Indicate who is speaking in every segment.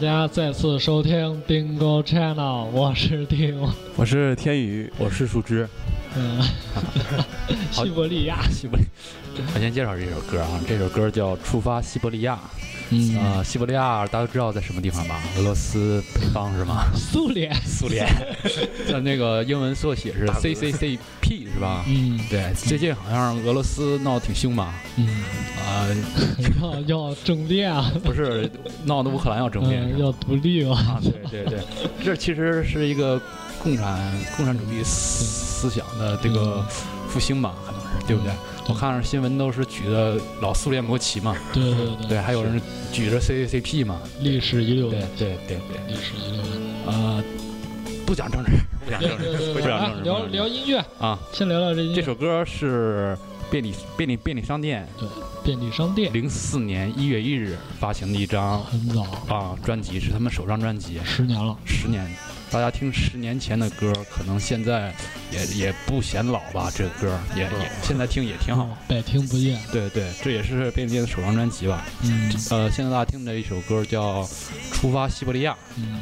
Speaker 1: 家再次收听 Dingo Channel，我是 Dingo，
Speaker 2: 我是天宇，
Speaker 3: 我是树枝。
Speaker 1: 嗯，
Speaker 3: 好
Speaker 1: 西伯利亚，
Speaker 3: 西伯利，我先介绍这首歌啊，这首歌叫《出发西伯利亚》。
Speaker 1: 嗯，
Speaker 3: 呃，西伯利亚大家都知道在什么地方吧？俄罗斯北方是吗？
Speaker 1: 苏联，
Speaker 3: 苏 联。它那个英文缩写是 CCCP 是吧？
Speaker 1: 嗯
Speaker 3: 对，最近好像俄罗斯闹得挺凶吧？
Speaker 1: 嗯，
Speaker 3: 啊、
Speaker 1: 要要政变啊，
Speaker 3: 不是闹得乌克兰要政变是吧
Speaker 1: 嗯，要独立嘛，
Speaker 3: 啊，对对对，这其实是一个共产共产主义思思想的这
Speaker 1: 嗯
Speaker 3: 个复兴吧，可能是对不对？我看新闻都是举着老苏联国旗嘛，
Speaker 1: 对对对，
Speaker 3: 对，还有人举着 CCCP 嘛，
Speaker 1: 历史遗留
Speaker 3: 对
Speaker 1: 的，
Speaker 3: 对对
Speaker 1: 历
Speaker 3: 对，
Speaker 1: 史遗留的，
Speaker 3: 呃，不讲政治，不讲
Speaker 1: 对
Speaker 3: 政治，
Speaker 1: 对对
Speaker 3: 不
Speaker 1: 对，
Speaker 3: 讲
Speaker 1: 来
Speaker 3: 政治，
Speaker 1: 聊聊音乐
Speaker 3: 啊，
Speaker 1: 先聊聊这音乐
Speaker 3: 这首歌是便利便利便利商店
Speaker 1: 便利商店，
Speaker 3: 零四年一月一日发行的一张
Speaker 1: 很早，
Speaker 3: 啊专辑，是他们首张专辑，
Speaker 1: 十年了，
Speaker 3: 十年，大家听十年前的歌，可能现在也也不显老吧，这个歌也也现在听也挺好。
Speaker 1: 嗯，百听不厌，
Speaker 3: 对对，这也是便利店的首张专辑吧。
Speaker 1: 嗯
Speaker 3: 呃，现在大家听的一首歌叫《出发西伯利亚》。
Speaker 1: 嗯，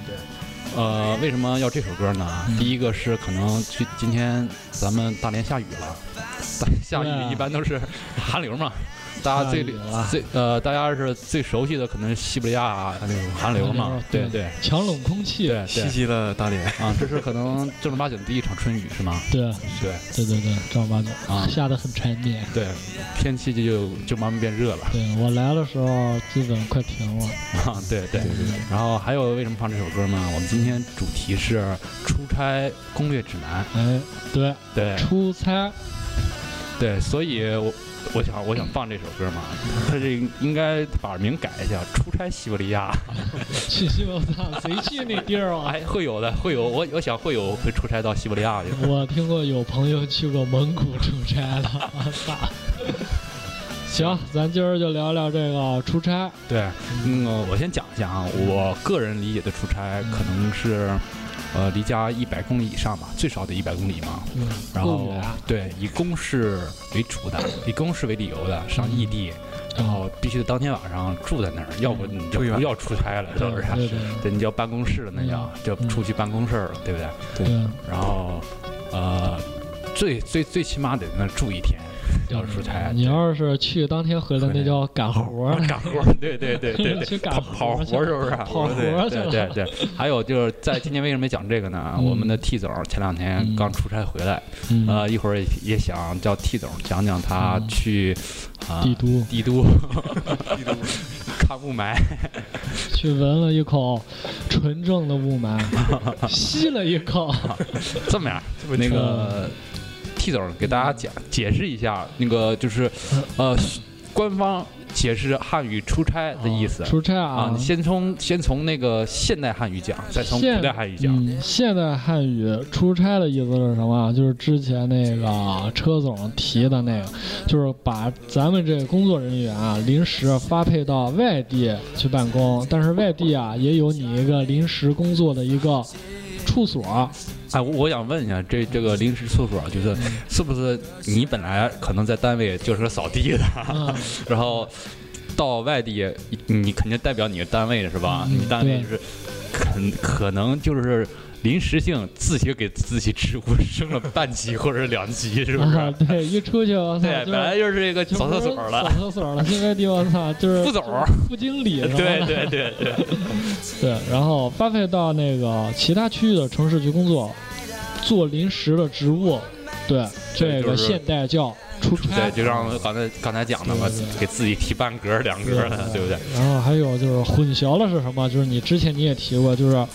Speaker 3: 呃，为什么要这首歌呢？
Speaker 1: 嗯
Speaker 3: 第一个是可能今今天咱们大连下雨了， 大下
Speaker 1: 对啊
Speaker 3: 雨一般都是寒 流嘛。大家最
Speaker 1: 下雨了
Speaker 3: 最呃，大家是最熟悉的可能是西伯利亚寒 流嘛，对对
Speaker 1: 强冷空气，
Speaker 3: 对对
Speaker 2: 袭击了大 连。
Speaker 3: 啊，这是可能正儿八经第一场春雨是吗？
Speaker 1: 对
Speaker 3: 对
Speaker 1: 对对对，正儿八经
Speaker 3: 啊
Speaker 1: 下的很缠绵。
Speaker 3: 对，天气就就慢慢变热了
Speaker 1: 对我来的时候基本快停了，
Speaker 3: 啊，对对。
Speaker 1: 对
Speaker 3: 然后还有为什么放这首歌呢？我们今天主题是出差攻略指南，
Speaker 1: 哎，对，
Speaker 3: 对
Speaker 1: 出差，
Speaker 3: 对，所以我我想我想放这首歌 嘛，它这应该把名改一下，出差西伯利亚，
Speaker 1: 去西伯利亚谁去那地儿啊？
Speaker 3: 哎，会有的，会有，我我想会有会出差到西伯利亚去。
Speaker 1: 我听过有朋友去过蒙古出差的，我操！ 行，咱今儿就聊聊这个出差。
Speaker 3: 对，那个我先讲一下啊，我个人理解的出差
Speaker 1: 嗯
Speaker 3: 可能是，呃，离家一百公里以上吧，最少得一百公里嘛。
Speaker 1: 嗯，
Speaker 3: 然
Speaker 1: 不
Speaker 3: 后
Speaker 1: 远
Speaker 3: 对以公事为 主的，以公事为理由的上
Speaker 1: 嗯
Speaker 3: 异地，然后必须得当天晚上住在那儿，要不你就
Speaker 2: 对吧
Speaker 3: 不要出差了，是不是？
Speaker 1: 对对嗯
Speaker 3: 对，你叫办公室了，那叫就出去办公室了，对不对？
Speaker 1: 对对，
Speaker 3: 然后，呃，最最最起码得在那儿住一 天，要是出差。啊
Speaker 1: 你要是去当天回来，那叫赶活儿。
Speaker 3: 干活儿，对对对对 对，
Speaker 1: 去干
Speaker 3: 跑
Speaker 1: 活
Speaker 3: 跑
Speaker 1: 儿去
Speaker 3: 活儿是不是？
Speaker 2: 啊
Speaker 1: 跑活儿去
Speaker 3: 对
Speaker 1: 了
Speaker 3: 对对对。还有就是在今天为什么没讲这个呢？
Speaker 1: 嗯
Speaker 3: 我们的 T 总前两天刚出差回来，
Speaker 1: 嗯，
Speaker 3: 呃，一会儿也也想叫 T 总讲讲他
Speaker 1: 嗯
Speaker 3: 去啊
Speaker 1: 帝都
Speaker 3: 帝都 看雾霾，
Speaker 1: 去闻了一口纯正的雾 霾，吸了一口。
Speaker 3: 这么样，那个 T 总给大家讲解释一下，那个就是
Speaker 1: 嗯
Speaker 3: 呃，官方解释汉语出差的意思。
Speaker 1: 出差
Speaker 3: 啊，你先从先从那个现代汉语讲，再从古
Speaker 1: 现
Speaker 3: 代汉语讲。
Speaker 1: 嗯，现代汉语“出差”的意思是什么啊？就是之前那个车总提的那个，就是把咱们这工作人员啊临时发配到外地去办公，但是外地啊也有你一个临时工作的一个处所。
Speaker 3: 哎，我我想问一下，这这个临时厕所就是
Speaker 1: 嗯
Speaker 3: 是不是你本来可能在单位就是个扫地的，
Speaker 1: 嗯，
Speaker 3: 然后到外地，你肯定代表你的单位是吧？
Speaker 1: 嗯
Speaker 3: 你单位就是肯可能就是临时性自己给自己职务升了半级或者两级，是不是？
Speaker 1: 啊、 对，一出去我操，
Speaker 3: 对，
Speaker 1: 就
Speaker 3: 本来就是这个
Speaker 1: 就
Speaker 3: 扫厕所
Speaker 1: 不是
Speaker 3: 了，
Speaker 1: 扫厕所了，去外地我操，就是
Speaker 3: 副总
Speaker 1: 就是副经理是吧？
Speaker 3: 对对对对，
Speaker 1: 对，然后发配到那个其他区域的城市去工作，做临时的职务。对，这
Speaker 3: 对就
Speaker 1: 个
Speaker 3: 是
Speaker 1: 现代叫出差
Speaker 3: 对，。就让我刚才刚才讲的嘛
Speaker 1: 对对，对
Speaker 3: 给自己提半格儿两格儿的，对不对？
Speaker 1: 然后还有就是混淆了是什么？就是你之前你也提过，就是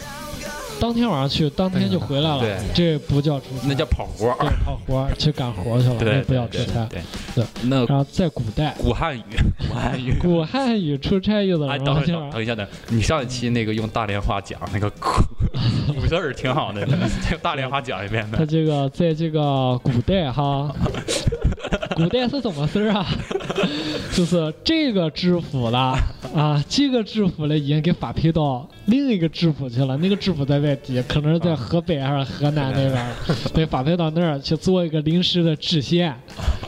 Speaker 1: 当天晚上去，当天就回来了。
Speaker 3: 对
Speaker 1: 这不叫出差，
Speaker 3: 那叫跑活儿
Speaker 1: 对。跑活儿去干活去了，
Speaker 3: 对
Speaker 1: 那，不
Speaker 3: 对
Speaker 1: 叫出
Speaker 3: 对
Speaker 1: 差。
Speaker 3: 对
Speaker 1: 对
Speaker 3: 那
Speaker 1: 然后在古代，
Speaker 3: 古汉语，古汉语。
Speaker 1: 古汉语出差意思
Speaker 3: 哎，
Speaker 1: 什
Speaker 3: 等
Speaker 1: 么？
Speaker 3: 一
Speaker 1: 就
Speaker 3: 下，
Speaker 1: 是
Speaker 3: 等一下，等一下，你上一期那个用大连话讲那个古 古字儿挺好的， 用大连话讲一遍呗
Speaker 1: 他。这个在这个古代哈，古代是怎么事儿啊？ 就是这个知府啦，啊，这个知府嘞已经给发配到另一个知府去了，那个知府在外地，可能是在河北还是河南那边儿，被发配到那儿去做一个临时的知县，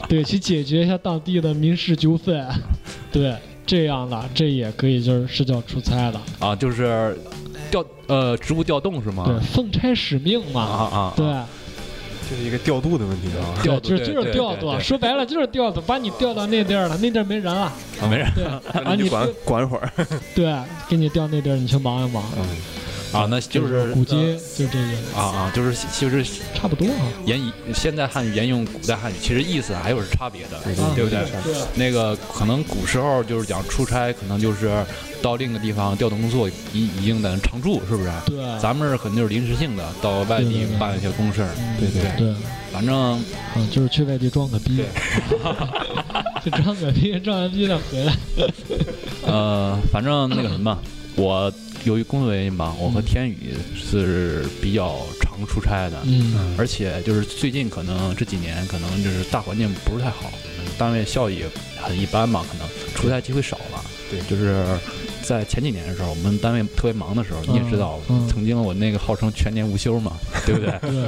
Speaker 1: 对，去解决一下当地的民事纠纷，对，这样的，这也可以就是是叫出差了，
Speaker 3: 啊，就是调呃职务调动是吗？
Speaker 1: 对，奉差使命
Speaker 3: 啊
Speaker 1: 嘛，
Speaker 3: 啊
Speaker 1: 对
Speaker 3: 啊，
Speaker 2: 这是一个调度的问题啊。
Speaker 3: 调
Speaker 1: 对，就
Speaker 3: 度
Speaker 1: 是
Speaker 3: 对
Speaker 1: 就是
Speaker 3: 对
Speaker 1: 调
Speaker 3: 对
Speaker 1: 度，
Speaker 3: 对
Speaker 1: 说白了就是调度，把你调到那地儿了，那地儿没人了，
Speaker 3: 啊没事
Speaker 1: 对啊，
Speaker 2: 那你
Speaker 1: 你
Speaker 2: 就 管管会儿。
Speaker 1: 对，给你调那地儿，你去忙一忙，
Speaker 2: 嗯，
Speaker 3: 啊，那就是
Speaker 1: 古街就这个
Speaker 3: 呃啊啊，就是就是
Speaker 1: 差不多啊，
Speaker 3: 沿以现代汉语沿用古代汉语，其实意思还有是差别的，
Speaker 1: 啊
Speaker 3: 嗯对不对？
Speaker 1: 对，
Speaker 3: 那个可能古时候就是讲出差，可能就是到另一个地方调动工作，已已经在那常驻，是不是？
Speaker 1: 对，
Speaker 3: 咱们这儿可能就是临时性的，到外地
Speaker 1: 对对对
Speaker 3: 办一些公事儿。
Speaker 2: 对对
Speaker 1: 嗯对，
Speaker 3: 反正
Speaker 1: 啊，就是去外地装个逼，就装个逼，装完逼再回来，
Speaker 3: 呃，反正那个什么，我由于工作原因吧，我和
Speaker 1: 嗯
Speaker 3: 天宇是比较常出差的，
Speaker 1: 嗯
Speaker 3: 而且就是最近可能这几年可能就是大环境不是太好，单位效益很一般嘛，可能出差机会少了。
Speaker 2: 对
Speaker 3: 就是在前几年的时候，我们单位特别忙的时候，你也知道，
Speaker 1: 嗯嗯
Speaker 3: 曾经我那个号称全年无休嘛，对不 对？
Speaker 1: 嗯 对，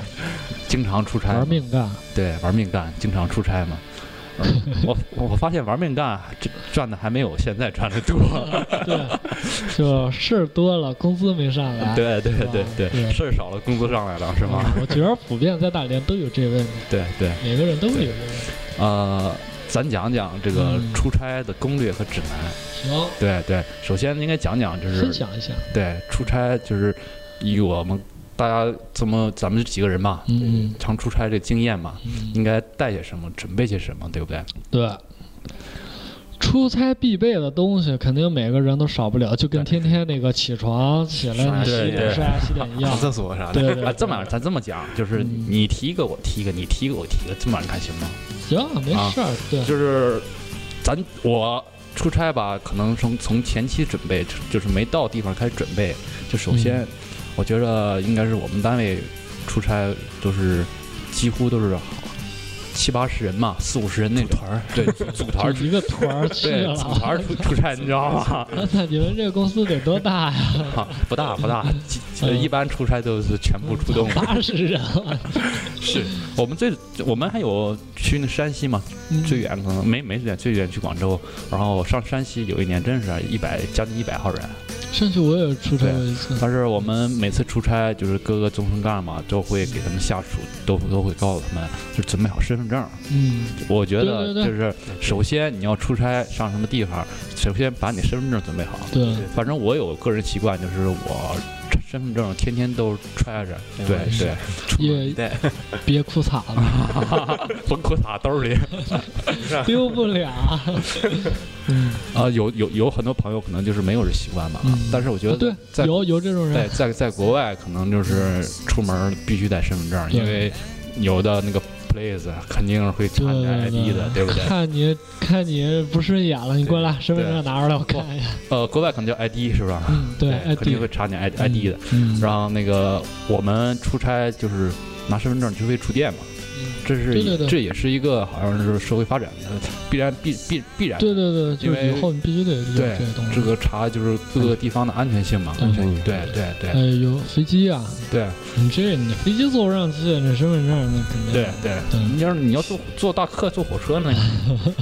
Speaker 3: 经常出差，
Speaker 1: 玩命干，
Speaker 3: 对，玩命干，经常出差嘛。呃我我发现玩命干这赚的还没有现在赚的多，
Speaker 1: 对，就事儿多了，工资没上来，
Speaker 3: 对对对对
Speaker 1: 啊对
Speaker 3: 对，事儿少了，工资上来了是吗？
Speaker 1: 嗯我觉得普遍在大连都有这问题，
Speaker 3: 对对，
Speaker 1: 每个人都有这个问题。
Speaker 3: 呃，咱讲讲这个
Speaker 1: 嗯
Speaker 3: 出差的攻略和指南。
Speaker 1: 行，
Speaker 3: 对对，首先应该讲讲就
Speaker 1: 分
Speaker 3: 是
Speaker 1: 享一下。
Speaker 3: 对出差，就是以我们大家这么咱们这几个人嘛，
Speaker 1: 嗯
Speaker 3: 常出差这经验嘛，
Speaker 1: 嗯，
Speaker 3: 应该带些什么，准备些什么，对不对？
Speaker 1: 对。出差必备的东西，肯定每个人都少不了，就跟天天那个起床起来你洗
Speaker 3: 对
Speaker 1: 脸
Speaker 3: 对
Speaker 1: 刷牙洗脸一样
Speaker 2: 上。厕所啥的。
Speaker 1: 对对
Speaker 3: 啊，
Speaker 1: 对，
Speaker 3: 这么样，咱这么讲，就是
Speaker 1: 嗯
Speaker 3: 你提一个，我提一个，你提一个，我提一个，这么样你看行吗？
Speaker 1: 行，没
Speaker 3: 啊
Speaker 1: 事儿。对，
Speaker 3: 就是咱我出差吧，可能从从前期准备，就是没到地方开始准备。就首先，我觉得应该是我们单位出差，就是几乎都是七八十人嘛，四五十人那种团儿，啊对，组组 团儿出
Speaker 1: 就一个团儿去
Speaker 3: 对
Speaker 1: 了。
Speaker 3: 组团儿出 出差，你知道吗？
Speaker 1: 我操，你们这个公司得多大呀？
Speaker 3: 啊不大不大，几几
Speaker 1: 嗯
Speaker 3: 一般出差都是全部出动。
Speaker 1: 八十人啊，
Speaker 3: 是我们最我们还有去那山西嘛，
Speaker 1: 嗯
Speaker 3: 最远可能没没最远，最远去广州，然后上山西有一年真是一百将近一百号人，
Speaker 1: 上去我也出差
Speaker 3: 啊
Speaker 1: 过一次。
Speaker 3: 但是我们每次出差就是各个中层干嘛都会给他们下属都都会告诉他们，就准备好身份证。
Speaker 1: 嗯，
Speaker 3: 我觉
Speaker 1: 对
Speaker 3: 得
Speaker 1: 对对
Speaker 3: 就是首先你要出差上什么地方，首先把你身份证准备好。
Speaker 1: 对，
Speaker 3: 反正我有个人习惯，就是我身份证天天都揣着，
Speaker 2: 没
Speaker 3: 对
Speaker 2: 关系
Speaker 3: 对，
Speaker 2: 出门
Speaker 1: 也
Speaker 2: 一带，
Speaker 1: 别裤衩了，
Speaker 3: 缝裤衩兜里。
Speaker 1: 丢不 了。啊嗯，
Speaker 3: 啊，有有有很多朋友可能就是没有这习惯吧，
Speaker 1: 嗯
Speaker 3: 但是我觉
Speaker 1: 啊
Speaker 3: 得
Speaker 1: 对，
Speaker 3: 在
Speaker 1: 有有这种
Speaker 3: 在
Speaker 1: 人，
Speaker 3: 在在国外可能就是出门必须带身份证，
Speaker 1: 对
Speaker 3: 因为有的那个 place 啊肯定会查你的
Speaker 1: 对对
Speaker 3: ID 的，对不对？
Speaker 1: 看你看你不顺眼了，你过来，身份证拿出来，我看一下。
Speaker 3: 呃，国外可能叫 ID 是吧？
Speaker 1: 嗯，对，ID
Speaker 3: 肯定会查你 ID ID 的。
Speaker 1: 嗯，
Speaker 3: 然后那个我们出差就是拿身份证去为触电嘛，
Speaker 1: 嗯
Speaker 3: 这是
Speaker 1: 对对对
Speaker 3: 这也是一个好像是社会发展的必然必必必然的
Speaker 1: 对对对，就
Speaker 3: 因
Speaker 1: 是
Speaker 3: 为
Speaker 1: 以后你必须得有
Speaker 3: 对
Speaker 1: 这个东西
Speaker 3: 这。个查就是各个地方的安全性嘛。
Speaker 1: 嗯
Speaker 2: 真有
Speaker 3: 对对对
Speaker 1: 哎呦，飞机啊，
Speaker 3: 对。
Speaker 1: 你这你飞机坐不上去，你身份证那肯定
Speaker 3: 对对，你要是你要坐坐大客坐火 车呢，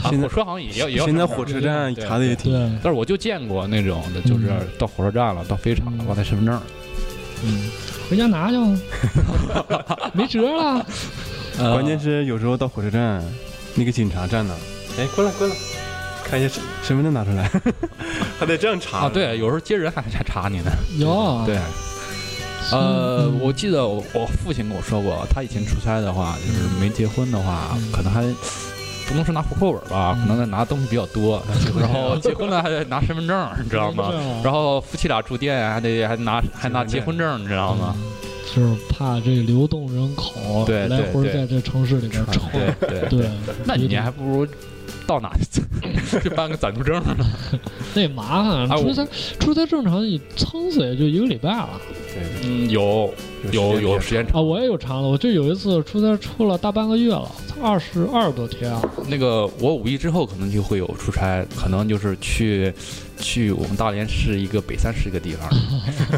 Speaker 3: 啊，
Speaker 2: 现在
Speaker 3: 火车好像也要也要。
Speaker 2: 现在火车站查的也挺，
Speaker 1: 对，
Speaker 3: 但是我就见过那种的，就是
Speaker 1: 嗯
Speaker 3: 到火车站了，到飞机场了，
Speaker 1: 嗯
Speaker 3: 忘带身份证了。
Speaker 1: 嗯，回家拿去吧，没辙了。
Speaker 3: 呃
Speaker 2: 关键是有时候到火车站，那个警察站那儿，哎，过来过来，看一下身身份证拿出来， 还得这样查
Speaker 3: 啊，对，有时候接人还还查你呢。
Speaker 2: 啊
Speaker 1: 有，
Speaker 3: 对，呃，
Speaker 1: 嗯
Speaker 3: 我记得我我父亲跟我说过，他以前出差的话，就是没结婚的话
Speaker 1: 嗯，
Speaker 3: 可能还不能说拿户口本吧，
Speaker 1: 嗯
Speaker 3: 可能得拿东西比较多， 然后结婚了还得拿身份证，你知道吗？？然后夫妻俩住店还得还拿还拿结婚证，你知道吗？
Speaker 1: 嗯就是怕这流动人口
Speaker 3: 对
Speaker 1: 来
Speaker 3: 对
Speaker 1: 回
Speaker 3: 对
Speaker 1: 在这城市里面窜，
Speaker 3: 对对
Speaker 1: 对，
Speaker 3: 那你还不如到哪 去去办个暂住证呢？
Speaker 1: 那麻烦
Speaker 3: 哎
Speaker 1: 啊，
Speaker 3: 我
Speaker 1: 出差出差正常你撑死也就一个礼拜了
Speaker 2: 对，
Speaker 3: 嗯，有有有时
Speaker 2: 时
Speaker 3: 间
Speaker 1: 啊！
Speaker 3: 长。
Speaker 1: 我也有长的，我就有一次出差出了大半个月了，二十二十多天啊！
Speaker 3: 那个我五一之后可能就会有出差，可能就是去去我们大连市一个北三市一个地 方，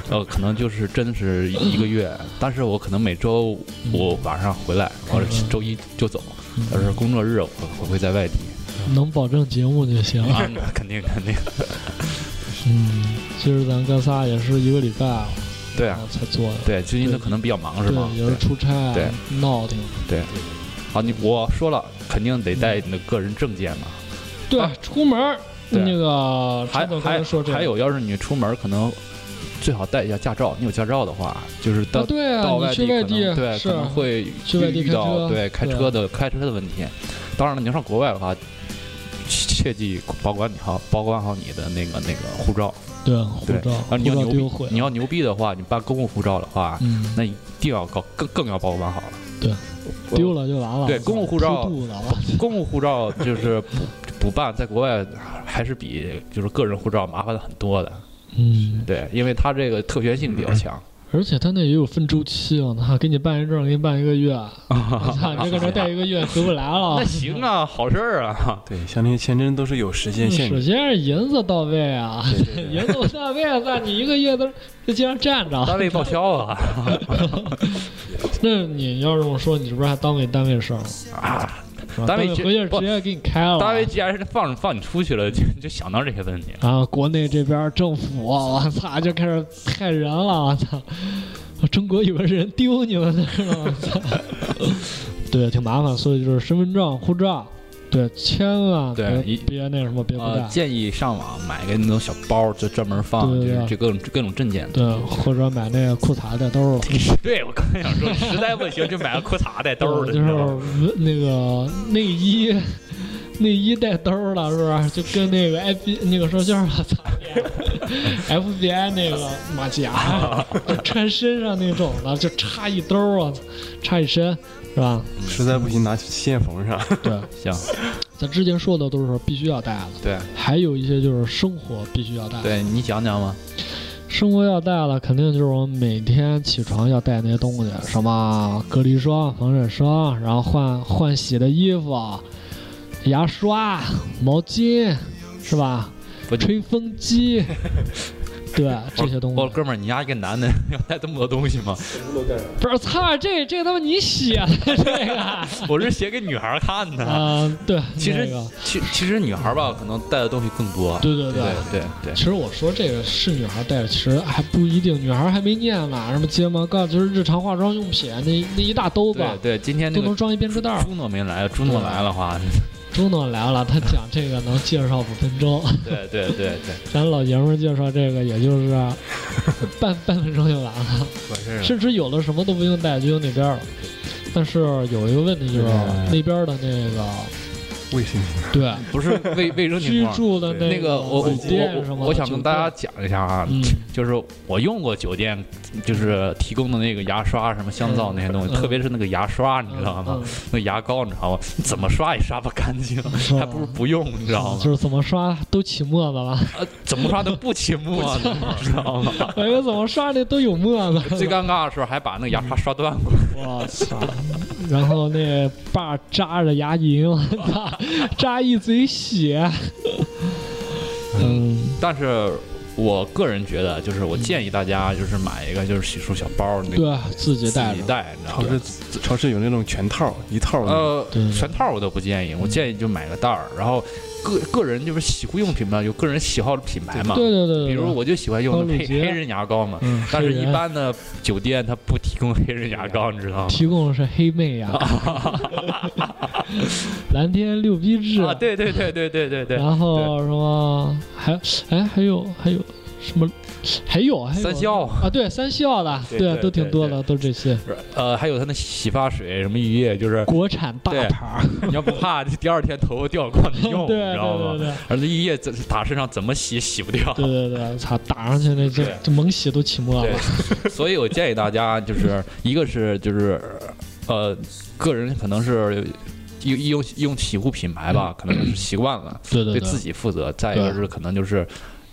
Speaker 3: 呃，可能就是真是一个月，但是我可能每周嗯我晚上回来，我周一就走，但是工作日我我会在外地。
Speaker 1: 能保证节目就行。
Speaker 3: 啊，那肯定肯定，
Speaker 1: 嗯，其实咱哥仨也是一个礼拜
Speaker 3: 对
Speaker 1: 然
Speaker 3: 啊，
Speaker 1: 后才做的，
Speaker 3: 对，最近他可能比较忙是吗？
Speaker 1: 对，也
Speaker 3: 对
Speaker 1: 是，出差啊
Speaker 3: 对，
Speaker 1: 闹挺。
Speaker 3: 好，你我说了，肯定得带你的个人证件嘛。
Speaker 1: 对
Speaker 3: 啊，
Speaker 1: 出门儿
Speaker 3: 对
Speaker 1: 那个
Speaker 3: 还
Speaker 1: 陈总刚才
Speaker 3: 还
Speaker 1: 说这个，
Speaker 3: 还有，要是你出门可能最好带一下驾照，你有驾照的话，就是到
Speaker 1: 啊，对
Speaker 3: 到
Speaker 1: 啊，
Speaker 3: 外
Speaker 1: 你去
Speaker 3: 可
Speaker 1: 外
Speaker 3: 能
Speaker 1: 地
Speaker 3: 对
Speaker 1: 是啊
Speaker 3: 可能会
Speaker 1: 去外地
Speaker 3: 遇
Speaker 1: 开
Speaker 3: 到
Speaker 1: 车
Speaker 3: 对开
Speaker 1: 对啊
Speaker 3: 车的开车的问题。当然了，你要上国外的话，切切记保管你好保管好你的那个那个护照。
Speaker 1: 对护
Speaker 3: 对
Speaker 1: 照，
Speaker 3: 啊，
Speaker 1: 护
Speaker 3: 你要
Speaker 1: 照
Speaker 3: 牛
Speaker 1: 丢
Speaker 3: 逼
Speaker 1: 毁，
Speaker 3: 你要牛逼的话，你办公共护照的话，
Speaker 1: 嗯，
Speaker 3: 那一定要搞更更要保管好了。
Speaker 1: 对
Speaker 3: 我，
Speaker 1: 丢了就完了。
Speaker 3: 对公共护照
Speaker 1: 偷渡了啊
Speaker 3: 公共护照就是补 补办，在国外还是比就是个人护照麻烦的很多的。
Speaker 1: 嗯，
Speaker 3: 对，因为它这个特权性比较强。
Speaker 1: 而且他那也有分周期啊，那给你办一证，给你办一个月，我操，你这搁这待一个月回不来了
Speaker 3: 那。行啊，好事儿 啊。
Speaker 2: 对，像那些签证都是有时间限
Speaker 1: 首
Speaker 2: 制。
Speaker 1: 先是银子到位啊，
Speaker 2: 对对对
Speaker 1: 银子到位，那你一个月都在街上站着，
Speaker 3: 单位报销啊
Speaker 1: 那你要这么说，你是不是还单位单位事儿了？
Speaker 3: 啊！
Speaker 1: 是吧单
Speaker 3: 单位
Speaker 1: 位
Speaker 3: 直
Speaker 1: 回去
Speaker 3: 不
Speaker 1: 直接给你开了。
Speaker 3: 单位既然是放放你出去了，就就想到这些问题了。
Speaker 1: 啊，国内这边政府，我操，就开始害人了，我操！中国有个人丢你们那儿了，我操！对，挺麻烦，所以就是身份证、护照，对，千万
Speaker 3: 对
Speaker 1: 别
Speaker 3: 一
Speaker 1: 别那什么，别不带
Speaker 3: 呃，，建议上网买个那种小包，就专门放
Speaker 1: 对
Speaker 3: 就
Speaker 1: 对
Speaker 3: 是
Speaker 1: 对
Speaker 3: 这各种各种证件。
Speaker 1: 对，或者买那个裤衩带兜儿了，
Speaker 3: 对，我刚才想说，实在不行就买个裤衩带兜儿 的，
Speaker 1: 对就
Speaker 3: 你
Speaker 1: 是
Speaker 3: 知道吗？
Speaker 1: 文那个内衣，内衣带兜儿了，是不是？就跟那个 I B 那个说相声，我操 ，FBI 那个马甲，就穿身上那种的，就插一兜儿啊，插一身，是吧？
Speaker 2: 实在不行拿线缝上。
Speaker 1: 对，
Speaker 3: 行，
Speaker 1: 咱之前说的都是必须要带的，
Speaker 3: 对
Speaker 1: 还有一些就是生活必须要带。，
Speaker 3: 对，你讲讲嘛。
Speaker 1: 生活要带了，肯定就是我们每天起床要带那些东西，什么隔离霜、防晒霜，然后换换洗的衣服、牙刷、毛巾，是吧？
Speaker 3: 不
Speaker 1: 吹风 机，对这些东
Speaker 3: 我
Speaker 1: 西。
Speaker 3: 哥们儿，你丫一个男的 要带这么多东西 吗？
Speaker 1: 不是，操，这这他妈你写 的这个啊、
Speaker 3: 我是写给女孩儿看的。
Speaker 1: 对，
Speaker 3: 其实
Speaker 1: 啊那个，
Speaker 3: 其其实女孩儿吧，可能带的东西更多。
Speaker 1: 对对
Speaker 3: 对对对
Speaker 1: 其实我说这个是女孩带的，其实还不一定，女孩还没念呢，什么睫毛膏，就是日常化妆用品那那一大兜子。
Speaker 3: 对对，今天那
Speaker 1: 都
Speaker 3: 个
Speaker 1: 能装一编织袋儿。
Speaker 3: 朱诺没来，朱诺来的话，
Speaker 1: 朱诺来了，他讲这个能介绍五分钟，
Speaker 3: 对对对对，
Speaker 1: 咱老爷们儿介绍这个也就是半 半分钟就完了，
Speaker 2: 完事儿啊了。
Speaker 1: 甚至有的什么都不用带就用那边儿了。但是有一个问题就是
Speaker 2: 嗯
Speaker 1: 那边儿的那个
Speaker 2: 卫生巾
Speaker 1: 对
Speaker 3: 不是卫卫生情
Speaker 1: 居
Speaker 3: 况。
Speaker 1: 住的
Speaker 2: 对
Speaker 3: 那个我我
Speaker 1: 酒店什
Speaker 3: 我
Speaker 1: 么的
Speaker 3: 我想跟大家讲一下啊，
Speaker 1: 嗯
Speaker 3: 就是我用过酒店就是提供的那个牙刷、什么香皂那些东西，
Speaker 1: 嗯
Speaker 3: 特别是那个牙刷，你知道吗？？那牙膏你知道吗？你怎么刷也刷不干净，
Speaker 1: 是吧
Speaker 3: 还不如不用，你知道吗？
Speaker 1: 哦就是怎么刷都起沫子了，
Speaker 3: 呃，怎么刷都不起沫，你知道吗？
Speaker 1: 我以为哎怎么刷的都有沫子。
Speaker 3: 最尴尬的时候还把那个牙刷刷断过，
Speaker 1: 我操！ 然后那爸扎着牙龈， 我操，扎一嘴血。嗯，
Speaker 3: 但是。我个人觉得，就是我建议大家，就是买一个就是洗漱小包，那个
Speaker 1: 对啊自己
Speaker 3: 自
Speaker 1: 带
Speaker 3: 己
Speaker 1: 着，
Speaker 3: 带，你知道
Speaker 2: 超
Speaker 3: 吗？
Speaker 2: 市超市有那种全套一套的那种，
Speaker 3: 呃
Speaker 1: 对，
Speaker 3: 全套我都不建议，我建议就买个袋儿。然后个个人就是洗护用品嘛，有个人喜好的品牌嘛，
Speaker 1: 对对对对，
Speaker 3: 比如我就喜欢用
Speaker 1: 高
Speaker 3: 黑
Speaker 1: 露洁
Speaker 3: 黑人牙膏嘛，
Speaker 1: 嗯，
Speaker 3: 但是
Speaker 1: 黑
Speaker 3: 一
Speaker 1: 人
Speaker 3: 般的酒店它不提供黑人牙膏，你知道吗？
Speaker 1: 提供的是黑妹 呀，蓝天六逼制，
Speaker 3: 啊，对对对对对对对，
Speaker 1: 然后什么还哎还有还有什么还有还有
Speaker 3: 三笑。
Speaker 1: 啊，对三笑的，
Speaker 3: 对对
Speaker 1: 都
Speaker 3: 对
Speaker 1: 挺多
Speaker 3: 对
Speaker 1: 的，都这些
Speaker 3: 呃，还有它那洗发水什么浴液，就是
Speaker 1: 国产大
Speaker 3: 对
Speaker 1: 牌儿，
Speaker 3: 你要不怕第二天头发掉光你 用，
Speaker 1: 对
Speaker 3: 你知道
Speaker 1: 对对对。
Speaker 3: 吗？而且浴液这打身上怎么洗也洗不掉，
Speaker 1: 对对对，操，打上去那这
Speaker 3: 对
Speaker 1: 这猛洗都起沫了。
Speaker 3: 对，所以我建议大家就是一个是就是呃，个人可能是用用用洗护品牌吧，可能就是习惯了，
Speaker 1: 对对
Speaker 3: 对
Speaker 1: 对
Speaker 3: 自己负责；再一个是可能就是